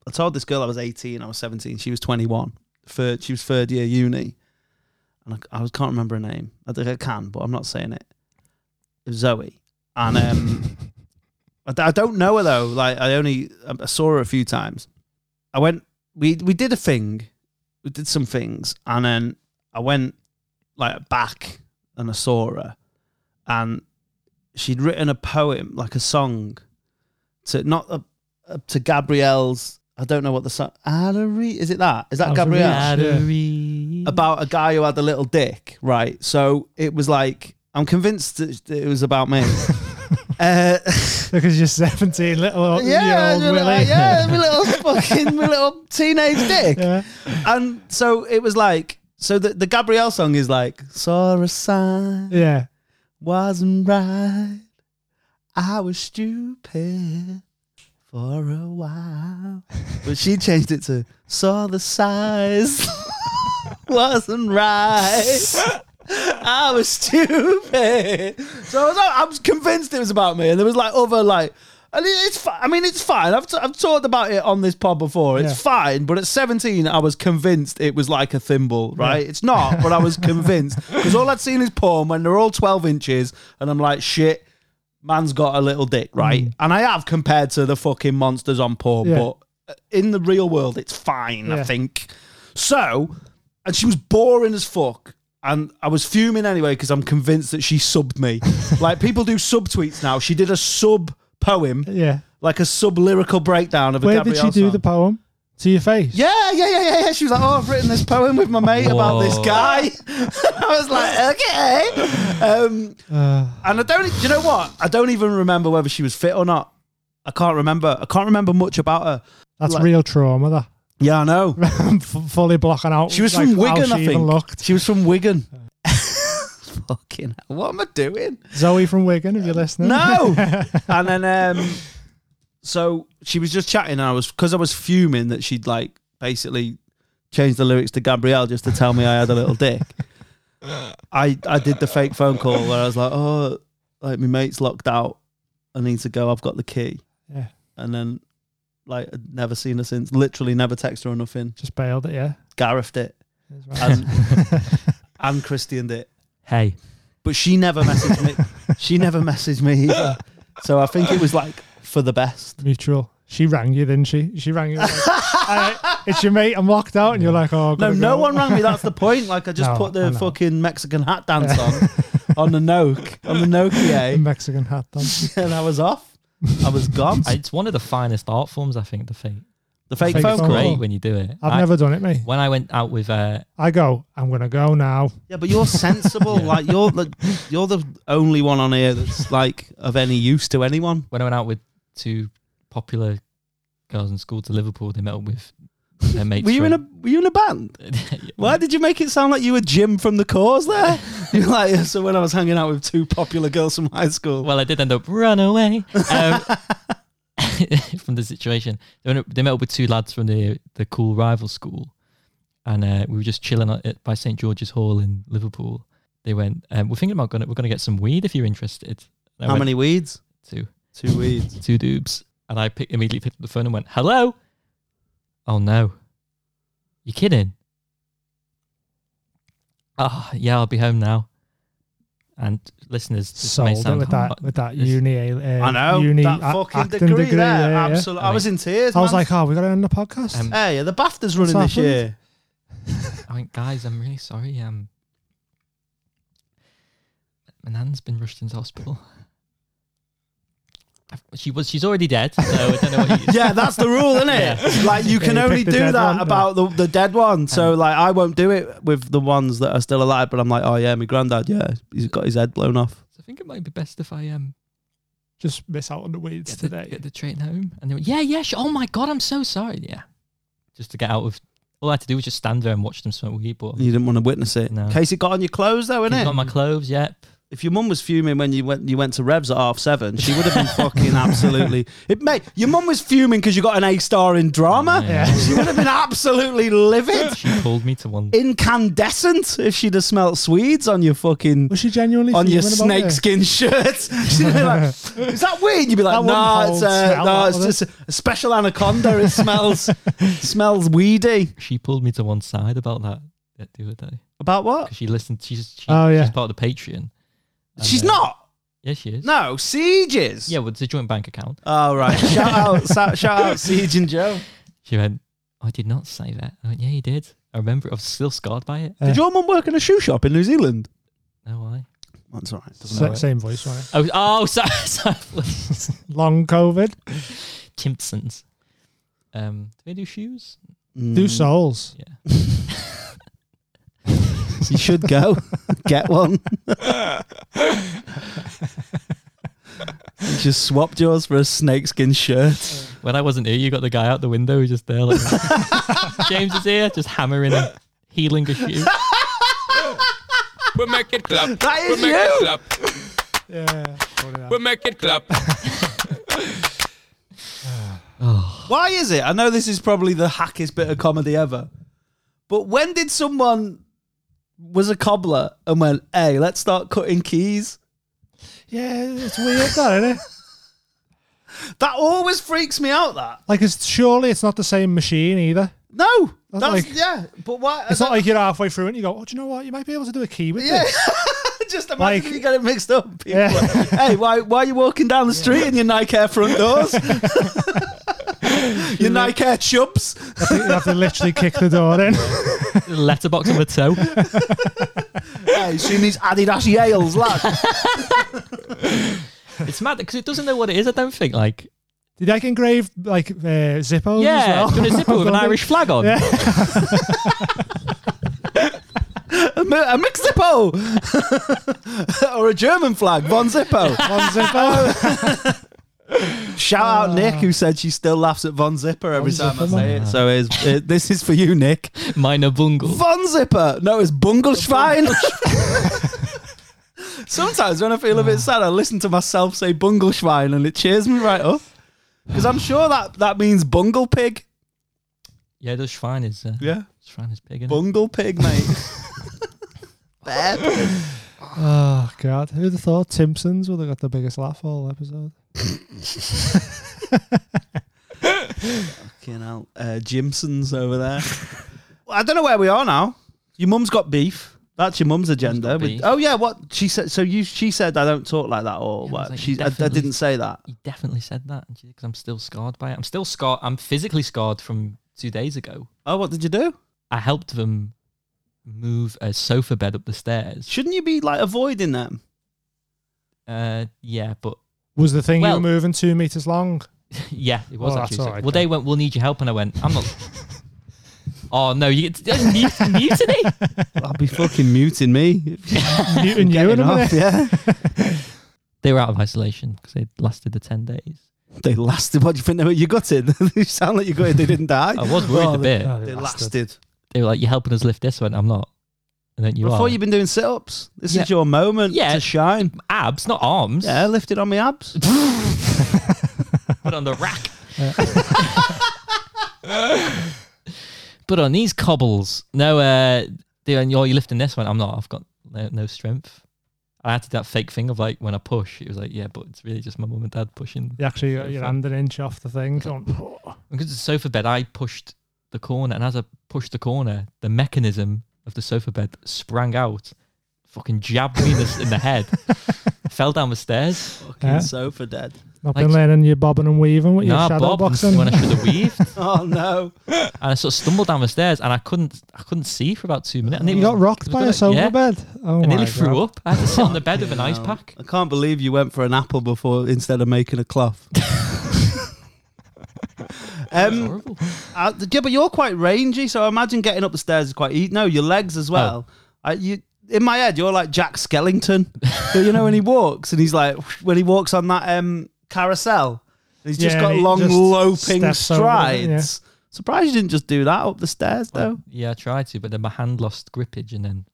Speaker 1: I told this girl I was 18, I was 17, she was 21. Third, she was third year uni. And I, I can't remember her name. I think I can, but I'm not saying it. It was Zoe. And
Speaker 6: (laughs)
Speaker 1: um, I, d- I don't know her though. Like I only um, I saw her a few times. I went. We we did a thing. We did some things, and then I went like back and I saw her, and she'd written a poem, like a song, to not a, a, to Gabrielle's. I don't know what the song. Addery, is it that? Is that
Speaker 6: Out of
Speaker 1: Gabrielle?
Speaker 6: Reach.
Speaker 4: Battery. (laughs)
Speaker 1: about a guy who had a little dick, right? So it was like I'm convinced that it was about me. uh, (laughs)
Speaker 6: Because you're 17, little
Speaker 1: yeah,
Speaker 6: year old
Speaker 1: you know,
Speaker 6: Willie.
Speaker 1: yeah, my little fucking my little teenage dick.
Speaker 6: (laughs) Yeah.
Speaker 1: And so it was like, so the the Gabrielle song is like, saw a sign,
Speaker 6: Yeah.
Speaker 1: wasn't right, I was stupid. For a while, but she changed it to saw the size (laughs) wasn't right. I was stupid. So I was, I was convinced it was about me, and there was like other like. and it- It's fi- I mean, it's fine. I've, t- I've talked about it on this pod before. It's
Speaker 6: Yeah.
Speaker 1: fine, but at 17, I was convinced it was like a thimble, right? It's not, but I
Speaker 6: (laughs)
Speaker 1: was convinced because all I'd seen is porn when they're all 12 inches, and I'm like, shit, man's got a little dick, right? And I have compared to the fucking monsters on porn,
Speaker 6: Mm. Yeah.
Speaker 1: but in the real world, it's fine, I
Speaker 6: Yeah.
Speaker 1: think. So, and she was boring as fuck. And I was fuming anyway because I'm convinced that she subbed me.
Speaker 6: (laughs)
Speaker 1: like people do sub tweets now. She did a sub poem,
Speaker 6: Yeah.
Speaker 1: like a sub lyrical breakdown of a
Speaker 6: Where did
Speaker 1: Gabrielle
Speaker 6: she do
Speaker 1: song.
Speaker 6: the poem? to your face.
Speaker 1: Yeah, yeah, yeah, yeah, yeah. She was like, "Oh, I've written this poem with my mate about this
Speaker 4: Whoa.
Speaker 1: guy." (laughs) I was like, "Okay." Um,
Speaker 6: Uh,
Speaker 1: and I don't. e, You know what? I don't even remember whether she was fit or not. I can't remember. I can't remember much about her.
Speaker 6: That's
Speaker 1: like-
Speaker 6: real trauma. That (laughs)
Speaker 1: Yeah, I know.
Speaker 6: I'm f- fully blocking out.
Speaker 1: She was
Speaker 6: like,
Speaker 1: from
Speaker 6: how
Speaker 1: Wigan,
Speaker 6: she
Speaker 1: I
Speaker 6: even
Speaker 1: think.
Speaker 6: looked.
Speaker 1: She was from Wigan. (laughs) Fucking hell, what am I doing?
Speaker 6: Zoe from Wigan, if you're listening.
Speaker 1: Uh,
Speaker 6: (laughs)
Speaker 1: No. and then, um, so she was just chatting, and I was because I was fuming that she'd like basically changed the lyrics to Gabrielle just to tell me I had a little (laughs) dick. I I did the fake phone call where I was like, oh, like my mate's locked out. I need to go. I've got the key.
Speaker 6: Yeah.
Speaker 1: And then, like, I'd never seen her since. Literally, never texted her or nothing.
Speaker 6: Just bailed it, yeah.
Speaker 1: Garrethed it
Speaker 6: That's right.
Speaker 1: and and Christianed it.
Speaker 4: Hey,
Speaker 1: But she never messaged (laughs) me. she never messaged me either. So I think it was like for the best.
Speaker 6: (laughs) Mutual. She rang you, didn't she? She rang you. Like, "Hey, it's your mate. I'm locked out, and you're like, oh,
Speaker 1: No,
Speaker 6: gotta
Speaker 1: no
Speaker 6: go."
Speaker 1: one
Speaker 6: (laughs)
Speaker 1: rang me. That's the point. Like I just
Speaker 6: No,
Speaker 1: put
Speaker 6: I
Speaker 1: the
Speaker 6: know.
Speaker 1: fucking Mexican hat dance on on the Noke on the
Speaker 6: (laughs)
Speaker 1: Nokia,
Speaker 6: Mexican hat.
Speaker 1: (laughs)
Speaker 6: Then.
Speaker 1: and I was off. I was gone.
Speaker 4: it's one of the finest art forms, I think. The fake,
Speaker 1: the fake,
Speaker 6: Fake
Speaker 1: phone
Speaker 6: phone
Speaker 1: call.
Speaker 4: great
Speaker 6: call.
Speaker 4: when you do it.
Speaker 6: I've
Speaker 4: I-
Speaker 6: never done it, mate.
Speaker 4: When I went out with uh,
Speaker 6: I go. I'm gonna go now.
Speaker 1: Yeah, but you're (laughs) sensible.
Speaker 4: Yeah.
Speaker 1: Like you're like, you're the only one on here that's like of any use to anyone.
Speaker 4: when I went out with two popular girls in school to Liverpool, they met up with their mates.
Speaker 1: Were you in a Were you in a band? (laughs) Why did you make it sound like you were Jim from the Cause? (laughs) There, you're like. So when I was hanging out with two popular girls from high school,
Speaker 4: Well, I did end up run away um, (laughs) from the situation. They, went up, they met up with two lads from the the cool rival school, and uh, we were just chilling at, at- by St George's Hall in Liverpool. They went, um, "We're thinking about going. We're going to get some weed if you're interested." And I
Speaker 1: how
Speaker 4: went,
Speaker 1: many weeds?
Speaker 4: Two,
Speaker 1: Two weeds.
Speaker 4: two dubs, and I pick, immediately picked up the phone and went, "Hello." Oh no, you kidding? Ah, yeah, I'll be home now. And listeners, this may
Speaker 6: Sold it
Speaker 4: sound
Speaker 6: with that
Speaker 4: hot-
Speaker 6: with that
Speaker 4: this-
Speaker 6: uni. Uh,
Speaker 1: I know
Speaker 6: uni
Speaker 1: that
Speaker 6: a-
Speaker 1: fucking
Speaker 6: acting
Speaker 1: degree, there.
Speaker 6: yeah, yeah.
Speaker 1: Absolutely, I was in tears.
Speaker 6: I was
Speaker 1: man.
Speaker 6: like, oh, we gotta end the podcast.
Speaker 4: Um,
Speaker 1: Hey, are the BAFTA's running
Speaker 6: What's
Speaker 1: this
Speaker 6: happened?
Speaker 1: year?
Speaker 4: I went, guys, I'm really sorry. Um, my nan's been rushed into hospital. I've- She was. She's already dead. So I don't know what you.
Speaker 6: (laughs)
Speaker 1: (laughs) Yeah, that's the rule, isn't it? Like you can
Speaker 6: you
Speaker 1: only
Speaker 6: pick the
Speaker 1: do
Speaker 6: dead
Speaker 1: that
Speaker 6: one, yeah.
Speaker 1: about the, the dead one. So like, I won't do it with the ones that are still alive. But I'm like, oh yeah, my granddad. Yeah, he's got his head blown off.
Speaker 4: So I think it might be best if I um
Speaker 6: Just miss out on the weeds
Speaker 4: get the,
Speaker 6: today.
Speaker 4: get the train home. And they went, yeah, yeah. Sure. Oh my god, I'm so sorry. Yeah, just to get out of. All I had to do was just stand there and watch them smoke weed. But
Speaker 1: You didn't want to witness it.
Speaker 4: No.
Speaker 1: In case it got on your clothes, though,
Speaker 4: He's
Speaker 1: innit?
Speaker 4: got my clothes. Yep.
Speaker 1: if your mum was fuming when you went you went to Revs at half seven, she would have been (laughs) fucking absolutely. It mate, your mum was fuming because you got an A star in drama.
Speaker 4: Yeah. (laughs)
Speaker 1: She would have been absolutely livid,
Speaker 4: She pulled me to one.
Speaker 1: incandescent if she'd have smelt Swedes on your fucking
Speaker 6: Was she genuinely
Speaker 1: on your
Speaker 6: fuming about it?
Speaker 1: snakeskin shirt. (laughs) She'd be like, "Is that weird?" You'd be like,
Speaker 6: That
Speaker 1: "No,
Speaker 6: wouldn't
Speaker 1: it's
Speaker 6: hold
Speaker 1: uh,
Speaker 6: smell
Speaker 1: no,
Speaker 6: out
Speaker 1: it's
Speaker 6: of it."
Speaker 1: just a special anaconda. It
Speaker 6: (laughs)
Speaker 1: smells smells weedy."
Speaker 4: She pulled me to one side about that that the other day
Speaker 1: About what?
Speaker 4: because she listened. She's she,
Speaker 6: Oh, yeah.
Speaker 4: she's part of the Patreon. And,
Speaker 1: She's
Speaker 4: uh,
Speaker 1: not.
Speaker 4: Yeah, she is.
Speaker 1: No, sieges.
Speaker 4: Yeah, well, it's a joint bank account.
Speaker 1: All right. Shout out, sa- shout out, Siege and Joe.
Speaker 4: She went, I did not say that. I went, yeah, you did. I remember it. I was still scarred by it.
Speaker 1: Did your mum work in a shoe shop in New Zealand?
Speaker 4: No, why?
Speaker 1: That's all right. Doesn't
Speaker 6: Sa- Same voice, right?
Speaker 4: Oh, oh, (laughs) sorry. sorry.
Speaker 6: Long COVID.
Speaker 4: Timpsons. Um, do they do shoes? Mm.
Speaker 6: Do souls.
Speaker 4: Yeah.
Speaker 1: You should (laughs) go get one. You Just swapped yours for a snakeskin shirt.
Speaker 4: When I wasn't here, you got the guy out the window who's just
Speaker 6: (laughs)
Speaker 4: there. Like, James is here, just hammering a healing a shoe.
Speaker 5: We make it clap.
Speaker 1: That is
Speaker 5: we make it
Speaker 1: you.
Speaker 5: clap.
Speaker 6: Yeah. probably
Speaker 5: We
Speaker 6: that.
Speaker 5: make it clap.
Speaker 1: Why is it? I know this is probably the hackiest bit of comedy ever, but when did someone was a cobbler and went, "Hey, let's start cutting keys"?
Speaker 6: Yeah, it's weird, that, isn't it?
Speaker 1: That always freaks me out. That
Speaker 6: Like, it's surely it's not the same machine either.
Speaker 1: no, that's,
Speaker 6: like-
Speaker 1: yeah. But why?
Speaker 6: It's not like you're halfway through it and you go, oh, do you know what? You might be able to do a key
Speaker 1: (laughs)
Speaker 6: with
Speaker 1: Yeah.
Speaker 6: this.
Speaker 1: Just imagine
Speaker 6: Like-
Speaker 1: if you get it mixed up. People
Speaker 6: Yeah.
Speaker 1: are like, (laughs) hey, why, why are you walking down the street in your Nike Air front (laughs) doors? your Nike Air chubs?
Speaker 6: I think you have to literally kick the door in.
Speaker 4: Letterbox on the toe.
Speaker 1: Hey, she needs Adidas Yales, lad.
Speaker 4: It's mad because it doesn't know what it is. I don't think like
Speaker 6: Did I engrave like uh, Zippos? as
Speaker 4: Yeah,
Speaker 6: well?
Speaker 4: doing a zipper with an Irish flag on.
Speaker 6: Yeah.
Speaker 1: A, mi- a mixed Zippo! (laughs) or a German flag, Von Zippo.
Speaker 6: (laughs) One Zippo.
Speaker 1: Shout out Nick, who said she still laughs at Von Zipper every
Speaker 6: Von
Speaker 1: time I
Speaker 6: Zipper,
Speaker 1: say it. So it is, it, this is for you, Nick.
Speaker 4: Minor bungle.
Speaker 1: Von Zipper. No, it's Bungelschwein. (laughs) Sometimes when I feel a bit sad, I listen to myself say Bungelschwein and it cheers me right up. Because I'm sure that, that means bungle pig.
Speaker 4: Yeah, the Schwein is. Uh,
Speaker 1: Yeah.
Speaker 4: Schwein is pig. Isn't it?
Speaker 1: Bungle pig, (laughs) mate. Bear pig.
Speaker 6: oh God, who'd have thought Simpsons would have got the biggest laugh all episode?
Speaker 1: Fucking hell. Uh, Jimson's over there. Well, I don't know where we are now. Your mum's got beef. That's your mum's agenda.
Speaker 4: got
Speaker 1: With-
Speaker 4: beef.
Speaker 1: oh yeah, what she said. So you, she said I don't talk like that, or
Speaker 4: Yeah, I
Speaker 1: what?
Speaker 4: was like,
Speaker 1: she, I, I
Speaker 4: definitely.
Speaker 1: didn't say that.
Speaker 4: He definitely said that because I'm still scarred by it. I'm still scarred. I'm physically scarred from two days ago.
Speaker 1: Oh, what did you do?
Speaker 4: I helped them move a sofa bed up the stairs.
Speaker 1: Shouldn't you be like avoiding them?
Speaker 4: Uh, yeah, but (laughs)
Speaker 6: Was the thing you
Speaker 4: Well-
Speaker 6: were moving two meters long?
Speaker 4: yeah, it was
Speaker 6: Oh, that's
Speaker 4: actually.
Speaker 6: all
Speaker 4: so-
Speaker 6: right
Speaker 4: well,
Speaker 6: then.
Speaker 4: they went. We'll need your help, and I went. I'm not. oh no, you (laughs) get mut- mutiny.
Speaker 1: I'll be fucking muting (laughs) me.
Speaker 6: Newton, you in a minute.
Speaker 1: yeah.
Speaker 4: They were out of isolation because they lasted the ten days.
Speaker 1: (laughs) They lasted. What do you think? (laughs) They were, you got it. you sound like you got it. They didn't die.
Speaker 4: I was worried
Speaker 1: Oh,
Speaker 4: a
Speaker 1: they-
Speaker 6: er
Speaker 4: bit.
Speaker 1: They lasted.
Speaker 4: They were like, "You're helping us lift this." I went, "I'm not." And then you
Speaker 1: Before
Speaker 4: are.
Speaker 1: you've been doing sit ups. This
Speaker 4: Yeah.
Speaker 1: is your moment
Speaker 4: Yeah.
Speaker 1: to shine.
Speaker 4: abs, not arms.
Speaker 1: Yeah, lift it on my (laughs) abs.
Speaker 4: Put on the rack. (laughs) but on these cobbles, no. Uh, they went, "Oh, you're lifting this." I went, "I'm not. I've got no, no strength." I had to do that fake thing of like when I push, it was like, "Yeah, but it's really just my mum and dad pushing."
Speaker 6: You er actually got your hand an inch off the thing. Going,
Speaker 4: because it's a sofa bed, I pushed the corner, and as I pushed the corner, the mechanism of the sofa bed sprang out, fucking jabbed me in the, in the
Speaker 6: (laughs)
Speaker 4: head, fell down the stairs.
Speaker 1: Fucking
Speaker 6: Yeah.
Speaker 1: sofa dead.
Speaker 6: not
Speaker 4: Like-
Speaker 6: been learning your bobbing and weaving with
Speaker 4: Nah,
Speaker 6: your shadow
Speaker 4: Bob,
Speaker 6: boxing.
Speaker 4: when I should
Speaker 6: (laughs)
Speaker 4: have weaved, and
Speaker 1: Oh no.
Speaker 4: I sort of stumbled down the stairs, and I couldn't, I couldn't see for about two minutes. And it
Speaker 6: you
Speaker 4: was-
Speaker 6: got rocked by a
Speaker 4: like-
Speaker 6: sofa
Speaker 4: yeah.
Speaker 6: bed. Oh
Speaker 4: I
Speaker 6: my
Speaker 4: nearly threw
Speaker 6: God.
Speaker 4: up. I had to sit on the bed with an ice
Speaker 1: Um,
Speaker 4: pack.
Speaker 1: I can't believe you went for an apple before instead of making a (laughs) cloth.
Speaker 4: It's
Speaker 1: um,
Speaker 4: horrible.
Speaker 1: uh, yeah, but you're quite rangy, so I imagine getting up the stairs is quite easy. No, your legs
Speaker 6: Oh.
Speaker 1: as well. I, you, in my head, you're like Jack Skellington. you know when he
Speaker 6: (laughs)
Speaker 1: walks and he's like when he walks on that um, carousel, he's just
Speaker 6: Yeah,
Speaker 1: got
Speaker 6: and he
Speaker 1: long
Speaker 6: just
Speaker 1: loping
Speaker 6: steps over it, yeah.
Speaker 1: strides. Surprised you didn't just do that up the stairs though.
Speaker 4: Yeah, I tried to, but then my hand lost grippage, and then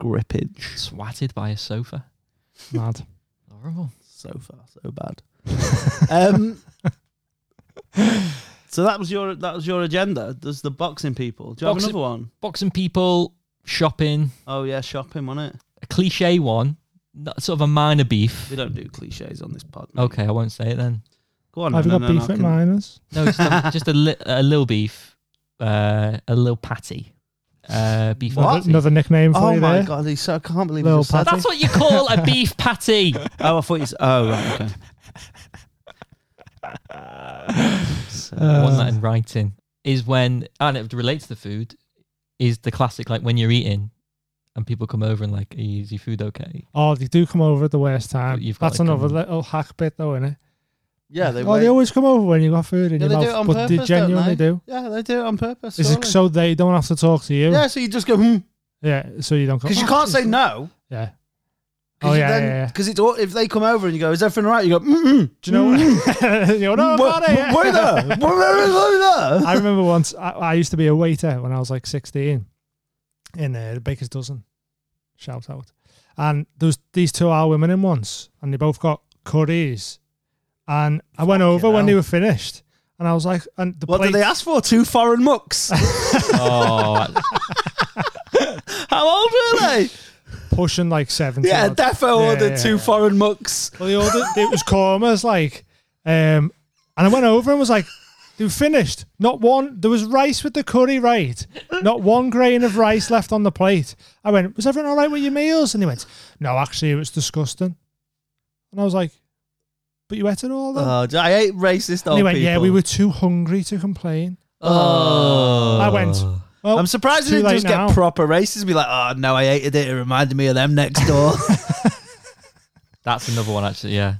Speaker 1: Grippage,
Speaker 4: swatted by a sofa.
Speaker 1: (laughs) Um,
Speaker 6: Mad.
Speaker 4: Horrible.
Speaker 1: so far so bad.
Speaker 6: (laughs)
Speaker 1: um, so that was your that was your agenda. There's the boxing people. Do you
Speaker 4: Boxing-
Speaker 1: have another one?
Speaker 4: Boxing people, shopping,
Speaker 1: Oh yeah, shopping on it.
Speaker 4: a cliche one, not, sort of a minor beef.
Speaker 1: We don't do cliches on this pod. mate.
Speaker 4: Okay, I won't say it then.
Speaker 1: Go on.
Speaker 6: Have you
Speaker 1: no,
Speaker 6: got
Speaker 1: no, no,
Speaker 6: beef
Speaker 1: I
Speaker 6: at
Speaker 1: can-
Speaker 6: miners?
Speaker 4: No, just a, (laughs) just a, li- a little beef, uh, a little patty, uh, beef
Speaker 1: What?
Speaker 4: patty.
Speaker 6: Another nickname for
Speaker 1: Oh
Speaker 6: you
Speaker 1: my
Speaker 6: there.
Speaker 1: god, he's so, I can't believe
Speaker 6: Little
Speaker 1: you just said
Speaker 4: That's what you call a beef patty.
Speaker 1: that. Oh, I thought you said. Oh, right, okay. (laughs) So-
Speaker 6: Uh,
Speaker 4: The one that in writing is when, and it relates to food, is the classic like when you're eating, and people come over and like, "Is your food okay?"
Speaker 6: Oh, they do come over at the worst time.
Speaker 4: But you've got
Speaker 6: That's
Speaker 4: like,
Speaker 6: another
Speaker 4: um,
Speaker 6: little hack bit, though, innit?
Speaker 1: yeah, they.
Speaker 6: oh,
Speaker 1: wait.
Speaker 6: they always come over when you got food in
Speaker 1: Yeah,
Speaker 6: your
Speaker 1: they
Speaker 6: mouth,
Speaker 1: do it on
Speaker 6: but they
Speaker 1: purpose, don't
Speaker 6: genuinely
Speaker 1: they?
Speaker 6: do.
Speaker 1: yeah, they do it on purpose.
Speaker 6: Is it
Speaker 1: surely.
Speaker 6: so they don't have to talk to you?
Speaker 1: yeah, so you just go because
Speaker 6: Yeah, so you don't go.
Speaker 1: you
Speaker 6: "Oh,
Speaker 1: can't
Speaker 6: Jesus."
Speaker 1: say no.
Speaker 6: Yeah.
Speaker 1: 'Cause
Speaker 6: Oh
Speaker 1: you
Speaker 6: yeah,
Speaker 1: then-
Speaker 6: yeah, yeah.
Speaker 1: Because it's all, if they come over and you go, is everything all right? You go, mm
Speaker 6: Do you know what? (laughs) you know
Speaker 1: Wait
Speaker 6: about it. yeah.
Speaker 1: Mm. wait there,
Speaker 6: (laughs)
Speaker 1: wait there.
Speaker 6: I remember once I, I used to be a waiter when I was like 16 in uh, the Baker's Dozen. Shout out. And there was these two our women in once, and they both got curries. And I went over when they
Speaker 1: hell.
Speaker 6: were finished, and I was like, and the
Speaker 1: What
Speaker 6: plate,
Speaker 1: did they ask for? Two foreign
Speaker 6: (laughs)
Speaker 1: mucks.
Speaker 4: Oh,
Speaker 1: How old were they?
Speaker 6: pushing like 70.
Speaker 1: Yeah,
Speaker 6: odd.
Speaker 1: Defo
Speaker 6: Yeah,
Speaker 1: ordered
Speaker 6: yeah,
Speaker 1: two
Speaker 6: yeah.
Speaker 1: foreign mucks.
Speaker 6: Well, they ordered, it was kormas, like, um, and I went over and was like, they were finished. Not one, there was rice with the curry, right? Not one grain of rice left on the plate. I went, was everyone all right with your meals? And he went, no, actually, it was disgusting. And I was like, but you ate it all then?
Speaker 1: Oh, I hate racist
Speaker 6: and
Speaker 1: old
Speaker 6: he went,
Speaker 1: people.
Speaker 6: yeah, we were too hungry to complain.
Speaker 4: (laughs) oh.
Speaker 6: I went, well,
Speaker 1: Uh, I'm surprised
Speaker 6: too
Speaker 1: they didn't
Speaker 6: late
Speaker 1: just
Speaker 6: now.
Speaker 1: get proper racist. Be like, oh no, I hated it. It reminded me of them next
Speaker 6: (laughs)
Speaker 1: door.
Speaker 4: That's another one actually. Yeah.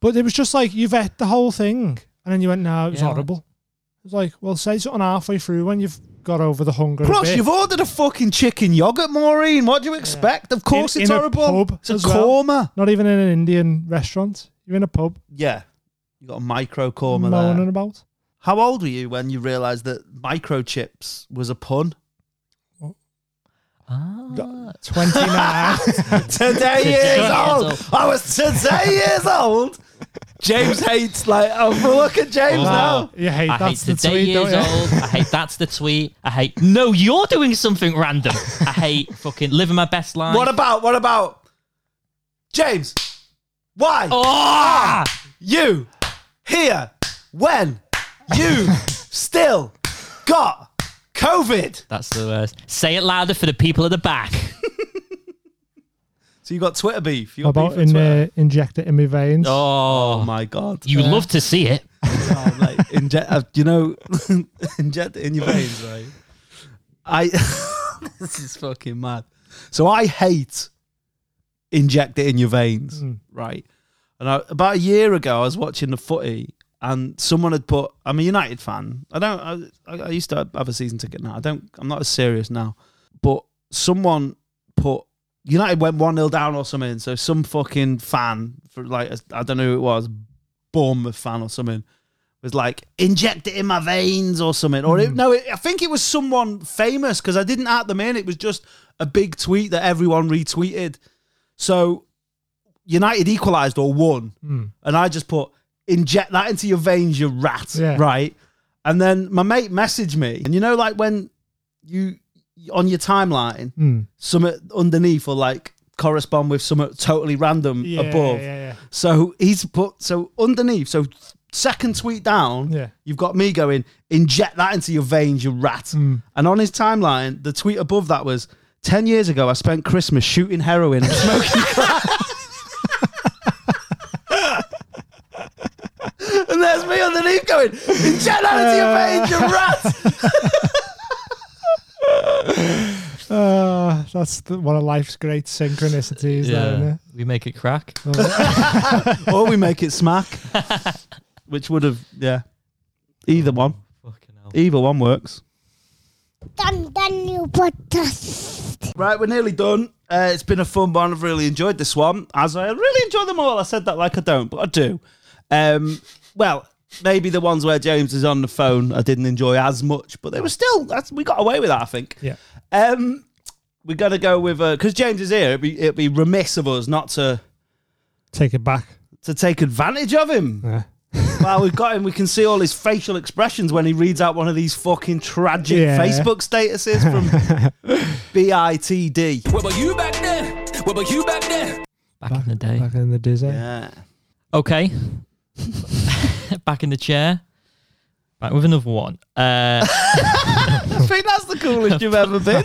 Speaker 6: But it was just like, you've ate the whole thing. And then you went, no, it was
Speaker 4: Yeah.
Speaker 6: horrible. It was like, well, say something halfway through when you've got over the hunger. a
Speaker 1: Plus,
Speaker 6: bit.
Speaker 1: you've ordered a fucking chicken yogurt, Maureen. What do you expect? Of course,
Speaker 6: In-
Speaker 1: it's
Speaker 6: in a
Speaker 1: horrible.
Speaker 6: pub
Speaker 1: it's a
Speaker 6: as well.
Speaker 1: korma.
Speaker 6: Not even in an Indian restaurant. You're in a pub
Speaker 1: Yeah, you got a micro korma there.
Speaker 6: moaning about.
Speaker 1: How old were you when you realised that microchips was a
Speaker 6: (laughs)
Speaker 1: pun?
Speaker 4: Ah.
Speaker 6: 29.
Speaker 1: Today years old. I was today years old. James hates like. Oh, look at James now.
Speaker 4: Wow.
Speaker 6: you hate
Speaker 4: Oh. I hate
Speaker 6: that's the
Speaker 4: today
Speaker 6: tweet,
Speaker 4: years
Speaker 6: don't
Speaker 4: old.
Speaker 6: you?
Speaker 4: I hate that's the tweet. I hate no, you're doing something random. I hate fucking living my best life.
Speaker 1: What about what about James? Why
Speaker 4: Ah!
Speaker 1: you here when you still got COVID?
Speaker 4: That's the worst. Say it louder for the people at the back.
Speaker 1: So you got Twitter beef. You
Speaker 6: How
Speaker 1: got
Speaker 6: (laughs) About
Speaker 1: beef with
Speaker 6: in,
Speaker 1: Twitter.
Speaker 6: uh, inject it in my veins.
Speaker 4: Oh,
Speaker 1: oh my god!
Speaker 4: you love to see it.
Speaker 1: Oh, like inject, uh, you know, (laughs) inject it in your veins, right? I (laughs) this is fucking mad. So I hate inject it in your veins, right? And I, about a year ago, I was watching the footy, and someone had put. I'm a United fan. I don't. I, I used to have a season ticket. Now I don't. I'm not as serious now. But someone put United went one 0 down or something. So some fucking fan for like I don't know who it was, Bournemouth fan or something was like inject it in my veins or something or it, no it, i think it was someone famous because i didn't add them in it was just a big tweet that everyone retweeted so united equalized or won and i just put inject that into your veins you rat
Speaker 6: Yeah.
Speaker 1: right and then my mate messaged me and you know like when you on your timeline
Speaker 6: Mm.
Speaker 1: some underneath or like correspond with some totally random
Speaker 6: Yeah,
Speaker 1: above
Speaker 6: Yeah,
Speaker 1: so he's put so underneath. So second tweet down,
Speaker 6: Yeah.
Speaker 1: you've got me going inject that into your veins, you rat.
Speaker 6: Hmm.
Speaker 1: And on his timeline, the tweet above that was ten years ago. I spent Christmas shooting heroin and smoking (laughs) crack. and there's me underneath going inject that into your
Speaker 6: (laughs)
Speaker 1: veins, you rat.
Speaker 6: yeah. Uh, that's the, one of life's great synchronicities. there, isn't it?
Speaker 4: we make it crack.
Speaker 1: or we make it smack, (laughs) which would have yeah. Either one,
Speaker 4: Fucking hell.
Speaker 1: either one works.
Speaker 3: Dan Daniel Podcast.
Speaker 1: Right, we're nearly done. Uh, it's been a fun one. I've really enjoyed this one, as I really enjoy them all. I said that like I don't, but I do. Um, well, maybe the ones where James is on the phone, I didn't enjoy as much, but they were still. That's, we got away with that, I think.
Speaker 6: Yeah.
Speaker 1: Um, we're gonna go with because James is here. It'd be, it'd be remiss of us not to
Speaker 6: Take it back.
Speaker 1: to take advantage of him. (laughs)
Speaker 6: Yeah.
Speaker 1: While we've got him, we can see all his facial expressions when he reads out one of these fucking tragic
Speaker 6: Yeah.
Speaker 1: Facebook statuses from (laughs) BITD.
Speaker 5: Where were you back then? Where were you back then?
Speaker 4: Back, in the day.
Speaker 6: Back in the dizzy.
Speaker 1: Yeah. (laughs)
Speaker 4: Okay. (laughs) back in the chair. Back with another one. Uh, (laughs)
Speaker 1: I think that's the coolest you've ever been.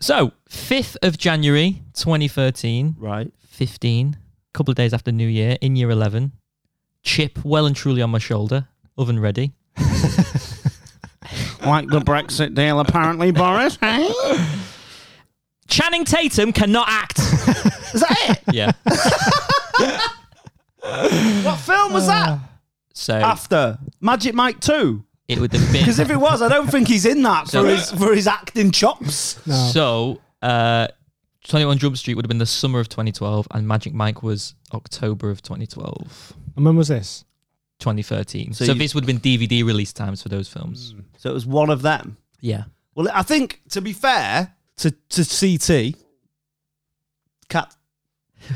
Speaker 4: so, 5th of January 2013,
Speaker 1: (laughs) Right.
Speaker 4: 15, couple of days after New Year, in year 11. Chip well and truly on my shoulder, oven ready.
Speaker 1: Like the Brexit deal, apparently, Boris. Hey?
Speaker 4: Channing Tatum cannot
Speaker 1: (laughs)
Speaker 4: act.
Speaker 1: Is that it?
Speaker 4: yeah.
Speaker 1: What film was that?
Speaker 4: So,
Speaker 1: Uh, After Magic Mike 2.
Speaker 4: it would have been.
Speaker 1: Because Ah. if it was, I don't think he's in that
Speaker 4: So-
Speaker 1: for his for his acting chops.
Speaker 6: No.
Speaker 4: So, uh, 21 Jump Street would have been the summer of 2012, and Magic Mike was October of 2012,
Speaker 6: and when
Speaker 4: (laughs)
Speaker 6: was this?
Speaker 4: 2013.
Speaker 1: So
Speaker 4: So,
Speaker 1: you- Hmm.
Speaker 4: this would have been DVD release times for those films.
Speaker 1: So it was one of them.
Speaker 4: Yeah.
Speaker 1: Well, I think to be fair to to CT, cat. (laughs)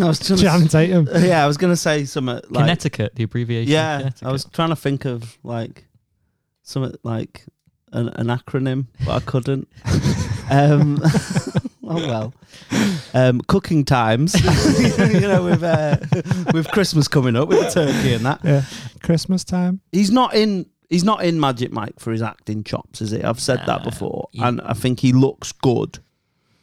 Speaker 1: I was trying
Speaker 6: Jan
Speaker 1: to,
Speaker 6: Tatum.
Speaker 1: yeah, I was gonna say something like
Speaker 4: Connecticut, the abbreviation. of
Speaker 1: yeah.
Speaker 4: Connecticut.
Speaker 1: I was trying to think of like something like an, an acronym, but I couldn't. um, (laughs) oh well. Um, cooking times, (laughs) you know, with uh, with Christmas coming up, with the turkey and that.
Speaker 6: Yeah. Christmas time.
Speaker 1: He's not in. He's not in Magic Mike for his acting chops, is it? I've said that before,
Speaker 4: he-
Speaker 1: and I think he looks good.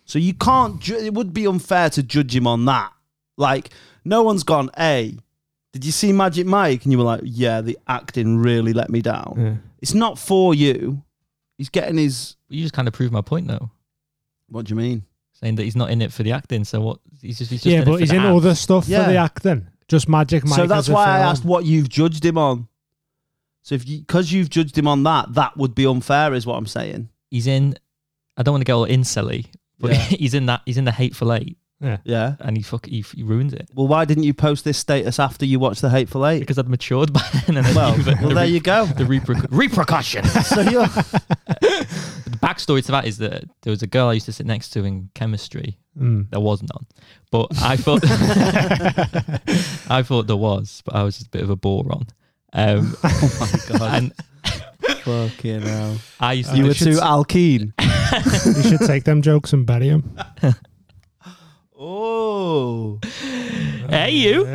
Speaker 1: So you can't. Ju- it would be unfair to judge him on that. Like no one's gone. Hey, did you see Magic Mike? And you were like, yeah, the acting really let me down.
Speaker 6: Yeah.
Speaker 1: It's not for you. He's getting his.
Speaker 4: You just kind of proved my point, though,
Speaker 1: What do you mean?
Speaker 4: saying that he's not in it for the acting. So, what? He's just, he's just
Speaker 6: Yeah,
Speaker 4: in it
Speaker 6: but
Speaker 4: for
Speaker 6: he's
Speaker 4: the
Speaker 6: in
Speaker 4: abs.
Speaker 6: other stuff
Speaker 1: Yeah.
Speaker 6: for the acting. just Magic Mike.
Speaker 1: so
Speaker 6: as uh,
Speaker 1: that's
Speaker 6: a
Speaker 1: why I
Speaker 6: film.
Speaker 1: asked what you've judged him on. So if you, because you've judged him on that, that would be unfair, is what I'm saying.
Speaker 4: He's in. I don't want to get all incelly, but
Speaker 1: Yeah.
Speaker 4: (laughs) he's in that. He's in the hateful eight,
Speaker 1: Yeah.
Speaker 4: and he fuck. He, he ruined it
Speaker 1: Well, why didn't you post this status after you watched The Hateful Eight?
Speaker 4: because I'd matured by then. And I
Speaker 1: Well, (laughs)
Speaker 4: knew that
Speaker 1: well,
Speaker 4: (laughs) the
Speaker 1: there
Speaker 4: re-
Speaker 1: you go.
Speaker 4: The
Speaker 1: (laughs)
Speaker 4: repercu- repercussions.
Speaker 1: So you're,
Speaker 4: the backstory to that is that there was a girl I used to sit next to in chemistry.
Speaker 6: Mm.
Speaker 4: There was none, but
Speaker 1: (laughs)
Speaker 4: I thought I thought there was, but I was just a bit of a boron.
Speaker 1: (laughs)
Speaker 4: Um, oh my god! And
Speaker 1: fucking hell.
Speaker 4: I used to
Speaker 1: You were
Speaker 4: literally-
Speaker 1: too alkeen.
Speaker 6: you should take them jokes and
Speaker 4: (laughs)
Speaker 6: bury them.
Speaker 1: Oh.
Speaker 4: Hey you,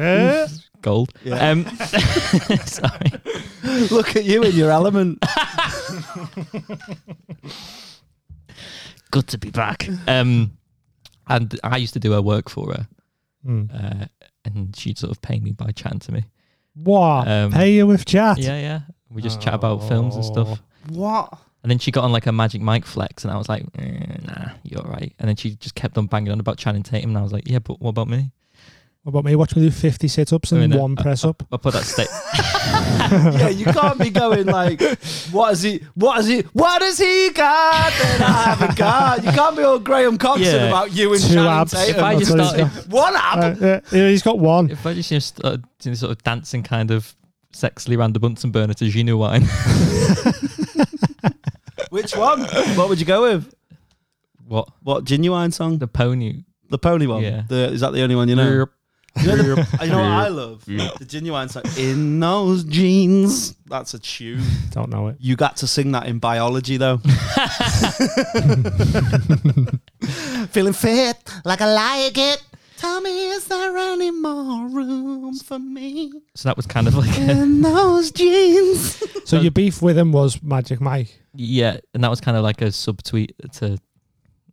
Speaker 4: gold.
Speaker 1: Yeah.
Speaker 4: Um, (laughs) sorry.
Speaker 1: Look at you in your element.
Speaker 4: Good to be back. Um, and I used to do her work for her,
Speaker 6: Mm.
Speaker 4: uh, and she'd sort of pay me by chatting to me.
Speaker 6: What?
Speaker 4: Um,
Speaker 6: Pay you with chat.
Speaker 4: Yeah, yeah. We just chat about films and stuff.
Speaker 1: What?
Speaker 4: And then she got on like a magic mic flex, and I was like, "Eh, nah, you're right. And then she just kept on banging on about Channing Tatum, and I was like, yeah, but what about me?
Speaker 6: What about me? Watch me do 50 sit ups
Speaker 4: I mean,
Speaker 6: and
Speaker 4: uh,
Speaker 6: one press up.
Speaker 4: I put that state.
Speaker 1: (laughs) Yeah, you can't be going like, what is he? What is he? What has he got that I haven't got? You can't be all Graham Coxon
Speaker 4: Yeah.
Speaker 1: about you and
Speaker 6: Two
Speaker 1: Channing
Speaker 6: abs.
Speaker 1: Tatum.
Speaker 4: If I
Speaker 6: that's
Speaker 4: just
Speaker 6: what he's
Speaker 4: started-
Speaker 6: got.
Speaker 1: One ab.
Speaker 6: Uh, yeah, yeah, he's got one.
Speaker 4: if I just you know, started doing this sort of dancing kind of sexily around the Bunsen burner to Gino wine, (laughs)
Speaker 1: Which one? What would you go with?
Speaker 4: what?
Speaker 1: What genuine song?
Speaker 4: The
Speaker 1: The,
Speaker 4: pony.
Speaker 1: pony one.
Speaker 4: Yeah.
Speaker 1: The, is that the only one you know? You know, the- you know what I love? The genuine song. In those jeans. That's a tune.
Speaker 6: Don't know it.
Speaker 1: You got to sing that in biology though. (laughs) Feeling fit like I like it. Tell me, is there any more room for me
Speaker 4: So that was kind of like, a,
Speaker 1: in those jeans?
Speaker 6: So, your beef with him was Magic Mike.
Speaker 4: yeah, and that was kind of like a subtweet to. uh,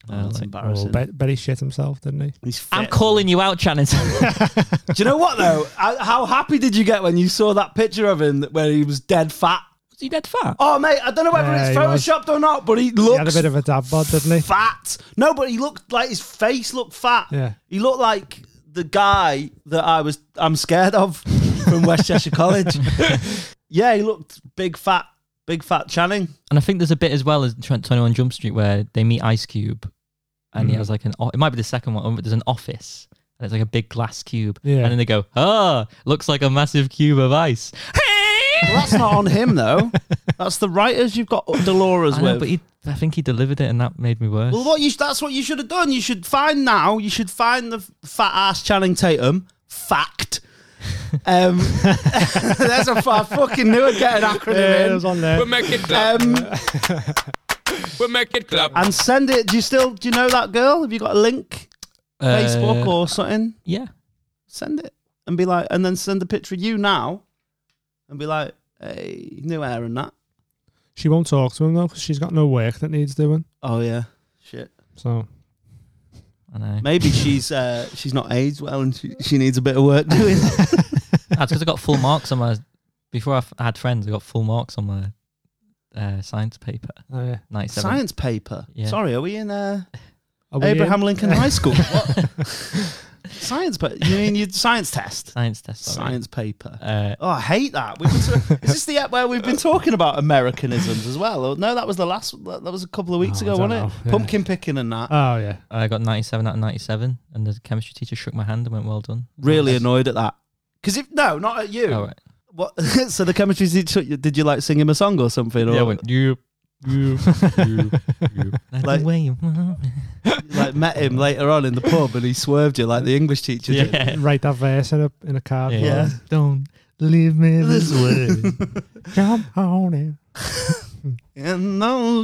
Speaker 1: Oh, (laughs) that's
Speaker 4: like,
Speaker 6: Oh,
Speaker 1: embarrassing.
Speaker 6: bet, bet he shit himself, didn't he?
Speaker 1: He's
Speaker 4: I'm
Speaker 1: fit.
Speaker 4: calling you
Speaker 1: (laughs)
Speaker 4: out, (laughs) Channing. Tatum."
Speaker 1: Do you know what though? I, how happy did you get when you saw that picture of him that- where he was dead fat?
Speaker 4: was he dead fat?
Speaker 1: Oh mate, I don't know whether
Speaker 6: Yeah,
Speaker 1: it's
Speaker 6: he was.
Speaker 1: photoshopped or not, but he
Speaker 6: He had a
Speaker 1: looks
Speaker 6: bit of a dab bod, didn't he?
Speaker 1: fat. No, but he looked like his face looked fat.
Speaker 6: Yeah.
Speaker 1: He looked like the guy that I was I'm scared of from Westchester College. yeah, he looked big fat, big fat Channing.
Speaker 4: And I think there's a bit as well as Twen- 21 Jump Street where they meet Ice Cube and he
Speaker 1: Mm.
Speaker 6: Mhm.
Speaker 4: has like an, o- it might be the second one, but there's an office and it's like a big glass cube.
Speaker 6: Yeah.
Speaker 4: And then they go, ah, looks like a massive cube of ice.
Speaker 1: Well, that's not on him though. That's the writers you've got Dolores
Speaker 4: I know,
Speaker 1: with.
Speaker 4: but he, I think he delivered it and that made me worse.
Speaker 1: well, what you that's what you should have done. You should find now. You should find the fat ass Channing Tatum. Fact. Um, (laughs) there's a I fucking knew I'd get an acronym
Speaker 6: Yeah, it
Speaker 1: in.
Speaker 6: was on there.
Speaker 5: We make it clap.
Speaker 1: Um,
Speaker 5: We make it clap.
Speaker 1: and send it. Do you still do you know that girl? Have you got a link,
Speaker 4: Uh,
Speaker 1: Facebook or something?
Speaker 4: Yeah.
Speaker 1: Send it and be like, and then send a picture of you now, and be like, hey, new hair and that.
Speaker 6: She won't talk to him though, 'cause she's got no work that needs doing.
Speaker 1: Oh yeah, shit.
Speaker 6: So
Speaker 4: I know.
Speaker 1: Maybe she's uh, she's not aged well and she, she needs a bit of work doing.
Speaker 4: (laughs) That's because I got full marks on my, before I f- I had friends, I got full marks on my uh, science paper.
Speaker 6: uh, yeah.
Speaker 4: 97.
Speaker 1: Science paper.
Speaker 4: Yeah.
Speaker 1: Sorry, are we in uh,
Speaker 6: Are we
Speaker 1: Abraham
Speaker 6: in? (laughs)
Speaker 1: Lincoln High School? What? science paper. You mean your science test?
Speaker 4: Science test. sorry.
Speaker 1: Science paper.
Speaker 4: Uh,
Speaker 1: Oh, I hate that. We've been ta- is this the app where we've been talking about Americanisms as well? Or- No, that was the last. That that was a couple of weeks
Speaker 6: Oh,
Speaker 1: ago,
Speaker 6: I don't
Speaker 1: wasn't it?
Speaker 6: know. Yeah.
Speaker 1: Pumpkin picking and that.
Speaker 6: Oh yeah.
Speaker 4: I got 97 out of 97 and the chemistry teacher shook my hand and went, well done.
Speaker 1: really
Speaker 4: Yes.
Speaker 1: annoyed at that. Because if no, not at you.
Speaker 6: Oh,
Speaker 4: All right.
Speaker 1: What? (laughs) so the chemistry teacher, did you like sing him a song or something? Or
Speaker 4: Yeah, I went, you, you, you, (laughs) you.
Speaker 1: Like- like met him later on in the pub and he swerved you like the English
Speaker 4: (laughs)
Speaker 1: teacher did.
Speaker 4: yeah.
Speaker 6: Write that verse in a in a card.
Speaker 4: Yeah.
Speaker 1: Yeah.
Speaker 4: Don't leave me this way.
Speaker 1: (laughs)
Speaker 6: Jump on it.
Speaker 1: And no-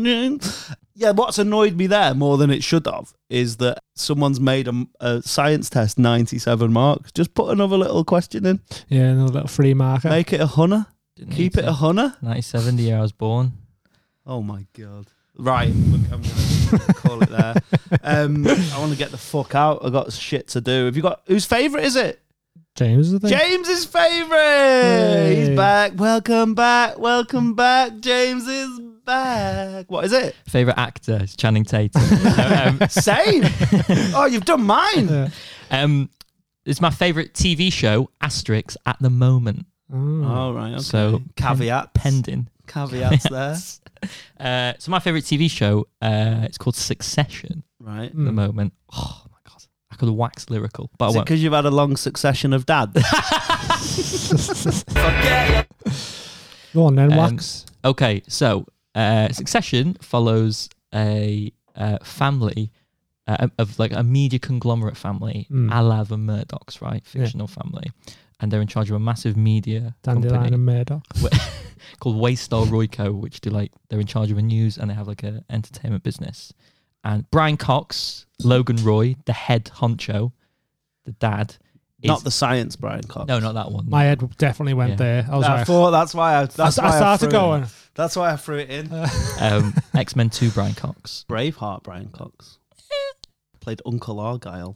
Speaker 1: Yeah, what's annoyed me there more than it should have is that someone's made a, a science test 97 marks. Just put another little question in.
Speaker 6: Yeah, another little free marker.
Speaker 1: Make it a hunter.
Speaker 4: Didn't
Speaker 1: Keep
Speaker 4: need
Speaker 1: it a
Speaker 4: to.
Speaker 1: hunter.
Speaker 4: 97, the year I was born.
Speaker 1: Oh my god! Right, look, I'm (laughs) gonna call it there. Um, I want to get the fuck out. I got shit to do. Have you got whose favorite is it?
Speaker 6: (laughs) James is the thing.
Speaker 1: James's favorite. He's
Speaker 6: Yay.
Speaker 1: back. Welcome back. Welcome back. James is back. What is it?
Speaker 4: Favorite actor
Speaker 1: (laughs)
Speaker 4: is Channing Tatum. No, um, (laughs)
Speaker 1: Same. oh, you've done mine.
Speaker 6: Yeah.
Speaker 4: um, It's my favorite TV show, Asterix, at the moment.
Speaker 6: Oh.
Speaker 4: Oh.
Speaker 1: All right. Okay.
Speaker 4: So,
Speaker 1: caveat
Speaker 4: Pending.
Speaker 1: caveats there.
Speaker 4: (laughs) Uh, so my favorite TV show, uh, it's called Succession.
Speaker 1: Right. (laughs)
Speaker 4: At the
Speaker 6: Hmm.
Speaker 4: moment, oh my god, I could wax lyrical, but
Speaker 1: Hmm. Is it
Speaker 4: I won't.
Speaker 1: because you've had a long succession of dads?
Speaker 6: (laughs) Go on then,
Speaker 4: Um,
Speaker 6: Wax.
Speaker 4: Okay, so uh, Succession follows a uh, family uh, of like a media conglomerate family,
Speaker 6: Mm.
Speaker 4: a la the Murdochs, right?
Speaker 6: Yeah.
Speaker 4: Fictional family, and they're in charge of a massive media company (laughs)
Speaker 6: Dandelion and Murdoch.
Speaker 4: called Waystar Royco, which do like they're in charge of a news and they have like a entertainment business. And Brian Cox, Logan Roy, the head honcho, the dad. Is,
Speaker 1: Not the science, Brian Cox.
Speaker 4: no, not that one.
Speaker 6: My head definitely went
Speaker 4: Yeah.
Speaker 6: there. I was
Speaker 1: I
Speaker 6: like,
Speaker 1: thought that's why I.
Speaker 6: I, I
Speaker 1: That's why
Speaker 6: started
Speaker 1: threw
Speaker 6: going.
Speaker 1: It. That's why I threw it in.
Speaker 6: (laughs)
Speaker 4: um, X Men Two, Brian Cox.
Speaker 1: Braveheart, Brian Cox played Uncle Argyle.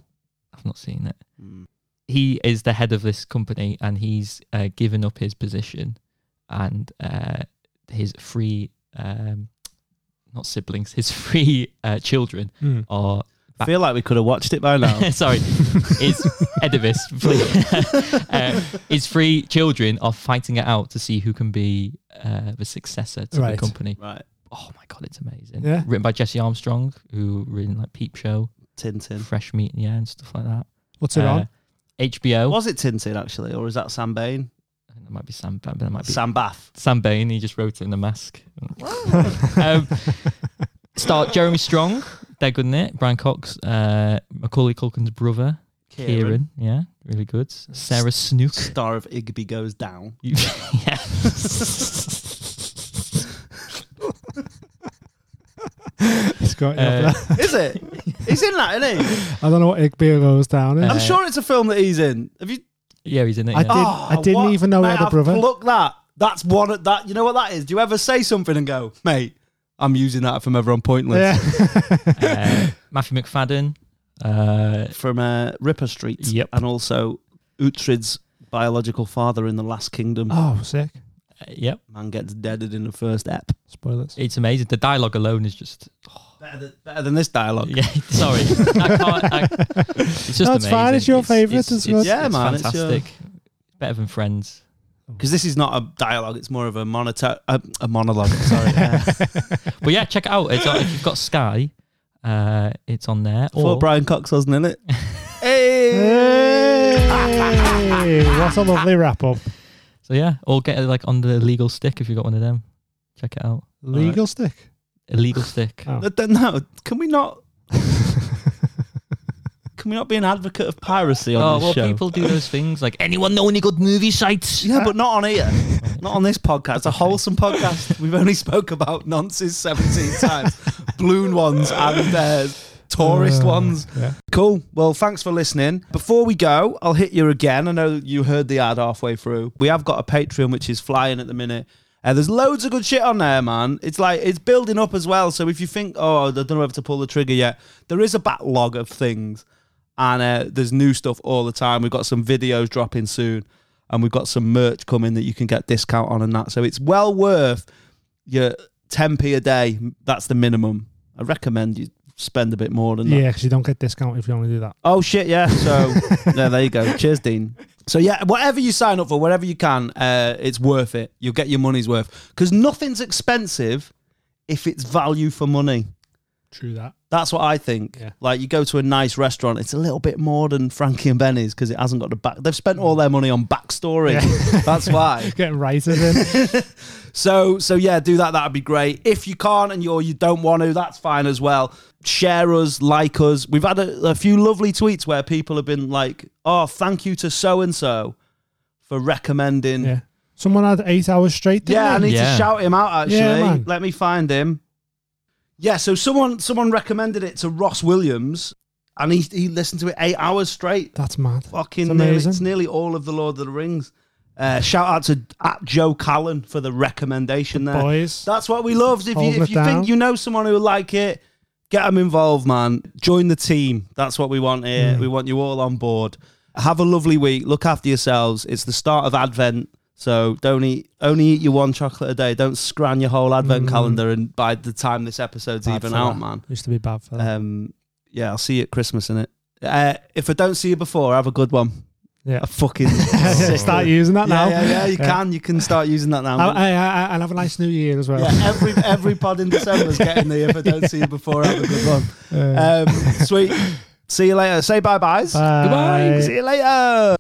Speaker 4: I've not seen it.
Speaker 1: Mm.
Speaker 4: He is the head of this company, and he's uh, given up his position and uh, his three, um, not siblings, his (laughs) three uh, children
Speaker 6: Mm.
Speaker 4: are
Speaker 1: I feel like we could have watched it by
Speaker 6: (laughs)
Speaker 1: now.
Speaker 4: (laughs) Sorry, is Edivis, please. (laughs) uh, his three children are fighting it out to see who can be uh, the successor to the
Speaker 6: Right.
Speaker 4: company.
Speaker 1: (laughs) right,
Speaker 4: Oh my god, it's amazing.
Speaker 6: Yeah.
Speaker 4: Written by Jesse Armstrong, who written like Peep Show,
Speaker 1: Tintin.
Speaker 4: Fresh Meat, yeah, and stuff like that.
Speaker 6: What's it
Speaker 4: Uh,
Speaker 6: on? Oh.
Speaker 4: HBO.
Speaker 1: Was it Tintin actually, or is that Sam Bain?
Speaker 4: I think That might be Sam. Ba- That might be
Speaker 1: Sam Bath.
Speaker 4: Sam Bain. He just wrote it in a mask. (laughs) um, start Jeremy Strong. They're good in it. Brian Cox, uh, Macaulay Culkin's brother, Kieran. Yeah, really good. Sarah
Speaker 1: (laughs)
Speaker 4: Snook.
Speaker 1: Star of Igby Goes Down.
Speaker 4: (laughs) yeah.
Speaker 6: (laughs) It's got-
Speaker 4: Uh,
Speaker 1: (laughs) Is it? he's in that, isn't he?
Speaker 6: (laughs) I don't know what Igby goes down.
Speaker 4: Uh,
Speaker 6: is.
Speaker 1: I'm sure it's a film that he's in. Have you? Ah,
Speaker 4: yeah, he's in it.
Speaker 6: I
Speaker 4: yeah.
Speaker 6: did- I didn't even know he had a brother.
Speaker 1: Look that. That's one. of- That you know what that is. Do you ever say something and go, mate? I'm using that from everyone pointless.
Speaker 6: yeah.
Speaker 4: Uh, Matthew McFadden. Uh,
Speaker 1: From uh, Ripper Street.
Speaker 4: Yep.
Speaker 1: And also Uhtred's biological father in the Last Kingdom.
Speaker 6: (laughs) oh, sick.
Speaker 4: yep,
Speaker 1: Man gets deaded in the first ep.
Speaker 6: Spoilers.
Speaker 4: it's amazing. The dialogue alone is just.
Speaker 1: Better than, better than this dialogue.
Speaker 4: (laughs) Yeah, sorry. I can't, I, it's just
Speaker 6: No, it's fine.
Speaker 4: amazing.
Speaker 6: It's your favourite. It's good.
Speaker 1: Yeah, man, it's your-
Speaker 4: fantastic. Better than Friends.
Speaker 1: Because this is not a dialogue. It's more of a monoto- a, a
Speaker 4: (laughs)
Speaker 1: monologue. Sorry.
Speaker 6: (laughs)
Speaker 1: Uh,
Speaker 4: But yeah, check it out. It's on, if you've got Sky, uh, it's on there.
Speaker 1: (laughs) thought
Speaker 4: Or
Speaker 1: Brian Cox wasn't in
Speaker 4: (laughs)
Speaker 1: it. hey.
Speaker 6: Hey, what a lovely wrap up.
Speaker 4: so yeah, or get it like on the legal stick if you've got one of them. Check it out.
Speaker 6: Legal stick.
Speaker 4: Illegal stick.
Speaker 6: Oh.
Speaker 1: No, no, can we not? Can we not be an advocate of piracy on
Speaker 4: Oh
Speaker 1: this
Speaker 4: well,
Speaker 1: show?
Speaker 4: people do those things. Like anyone know any good movie sites?
Speaker 1: Yeah, but not on here. (laughs) Not on this podcast. A wholesome podcast. (laughs) We've only spoke about nonces 17 times. (laughs) Balloon ones and uh, tourist ones.
Speaker 6: Oh, yeah.
Speaker 1: Cool. Well, thanks for listening. Before we go, I'll hit you again. I know you heard the ad halfway through. We have got a Patreon which is flying at the minute. Uh, there's loads of good shit on there, man. It's like it's building up as well. So if you think, oh, I don't know whether to pull the trigger yet, there is a backlog of things, and uh, there's new stuff all the time. We've got some videos dropping soon, and we've got some merch coming that you can get discount on and that. So it's well worth your 10p a day. That's the minimum. I recommend you spend a bit more than that.
Speaker 6: Yeah, because you don't get discount if you only do that.
Speaker 1: Oh shit, yeah. (laughs) So yeah, there you go. Cheers, Dean. So yeah, whatever you sign up for, whatever you can, uh, it's worth it. You'll get your money's worth because nothing's expensive if it's value for money.
Speaker 6: True that.
Speaker 1: That's what I think.
Speaker 6: Yeah.
Speaker 1: Like you go to a nice restaurant, it's a little bit more than Frankie and Benny's because it hasn't got the back. They've spent all their money on backstory. (laughs) That's why.
Speaker 6: Getting writers in.
Speaker 4: (laughs)
Speaker 1: So so yeah, do that. That'd be great. If you can't and you're you don't want to, that's fine as well. Share us, like us. We've had a, a few lovely tweets where people have been like, "Oh, thank you to so and so for recommending." Yeah,
Speaker 6: yeah. Someone had eight hours straight. did
Speaker 1: I need
Speaker 4: Yeah.
Speaker 1: to shout him out. Actually,
Speaker 6: Yeah, man.
Speaker 1: let me find him. Yeah, so someone someone recommended it to Ross Williams, and he he listened to it eight hours straight
Speaker 6: That's mad.
Speaker 1: fucking
Speaker 6: It's
Speaker 1: nearly,
Speaker 6: amazing.
Speaker 1: it's nearly all of the Lord of the Rings. Uh, shout out to at Joe Callan for the recommendation there.
Speaker 6: boys.
Speaker 1: That's what we loved. If you,
Speaker 6: Holding
Speaker 1: if
Speaker 6: it
Speaker 1: you
Speaker 6: down.
Speaker 1: think you know someone who would like it, get them involved, man. Join the team. That's what we want here.
Speaker 6: Mm.
Speaker 1: We want you all on board. Have a lovely week. Look after yourselves. It's the start of Advent. So don't eat, only eat your one chocolate a day. Don't scran your whole Advent calendar. And by the time this episode's
Speaker 6: Mm. Bad
Speaker 1: even
Speaker 6: for
Speaker 1: out,
Speaker 6: that.
Speaker 1: man, Uh,
Speaker 6: (laughs) Used to be bad for that.
Speaker 1: um, yeah, I'll see you at Christmas in it. Uh, if I don't see you before, have a good one.
Speaker 6: Yeah.
Speaker 1: I fucking
Speaker 6: (laughs) Start using that
Speaker 1: yeah,
Speaker 6: now.
Speaker 1: yeah, yeah. You can. You can start using that now.
Speaker 6: I, I, I, and have a nice new year as well.
Speaker 1: yeah, every
Speaker 6: (laughs)
Speaker 1: every pod in December is getting the if I don't see you before, have a good one. Um, sweet. See you later. Say bye byes.
Speaker 6: Bye.
Speaker 1: See you later.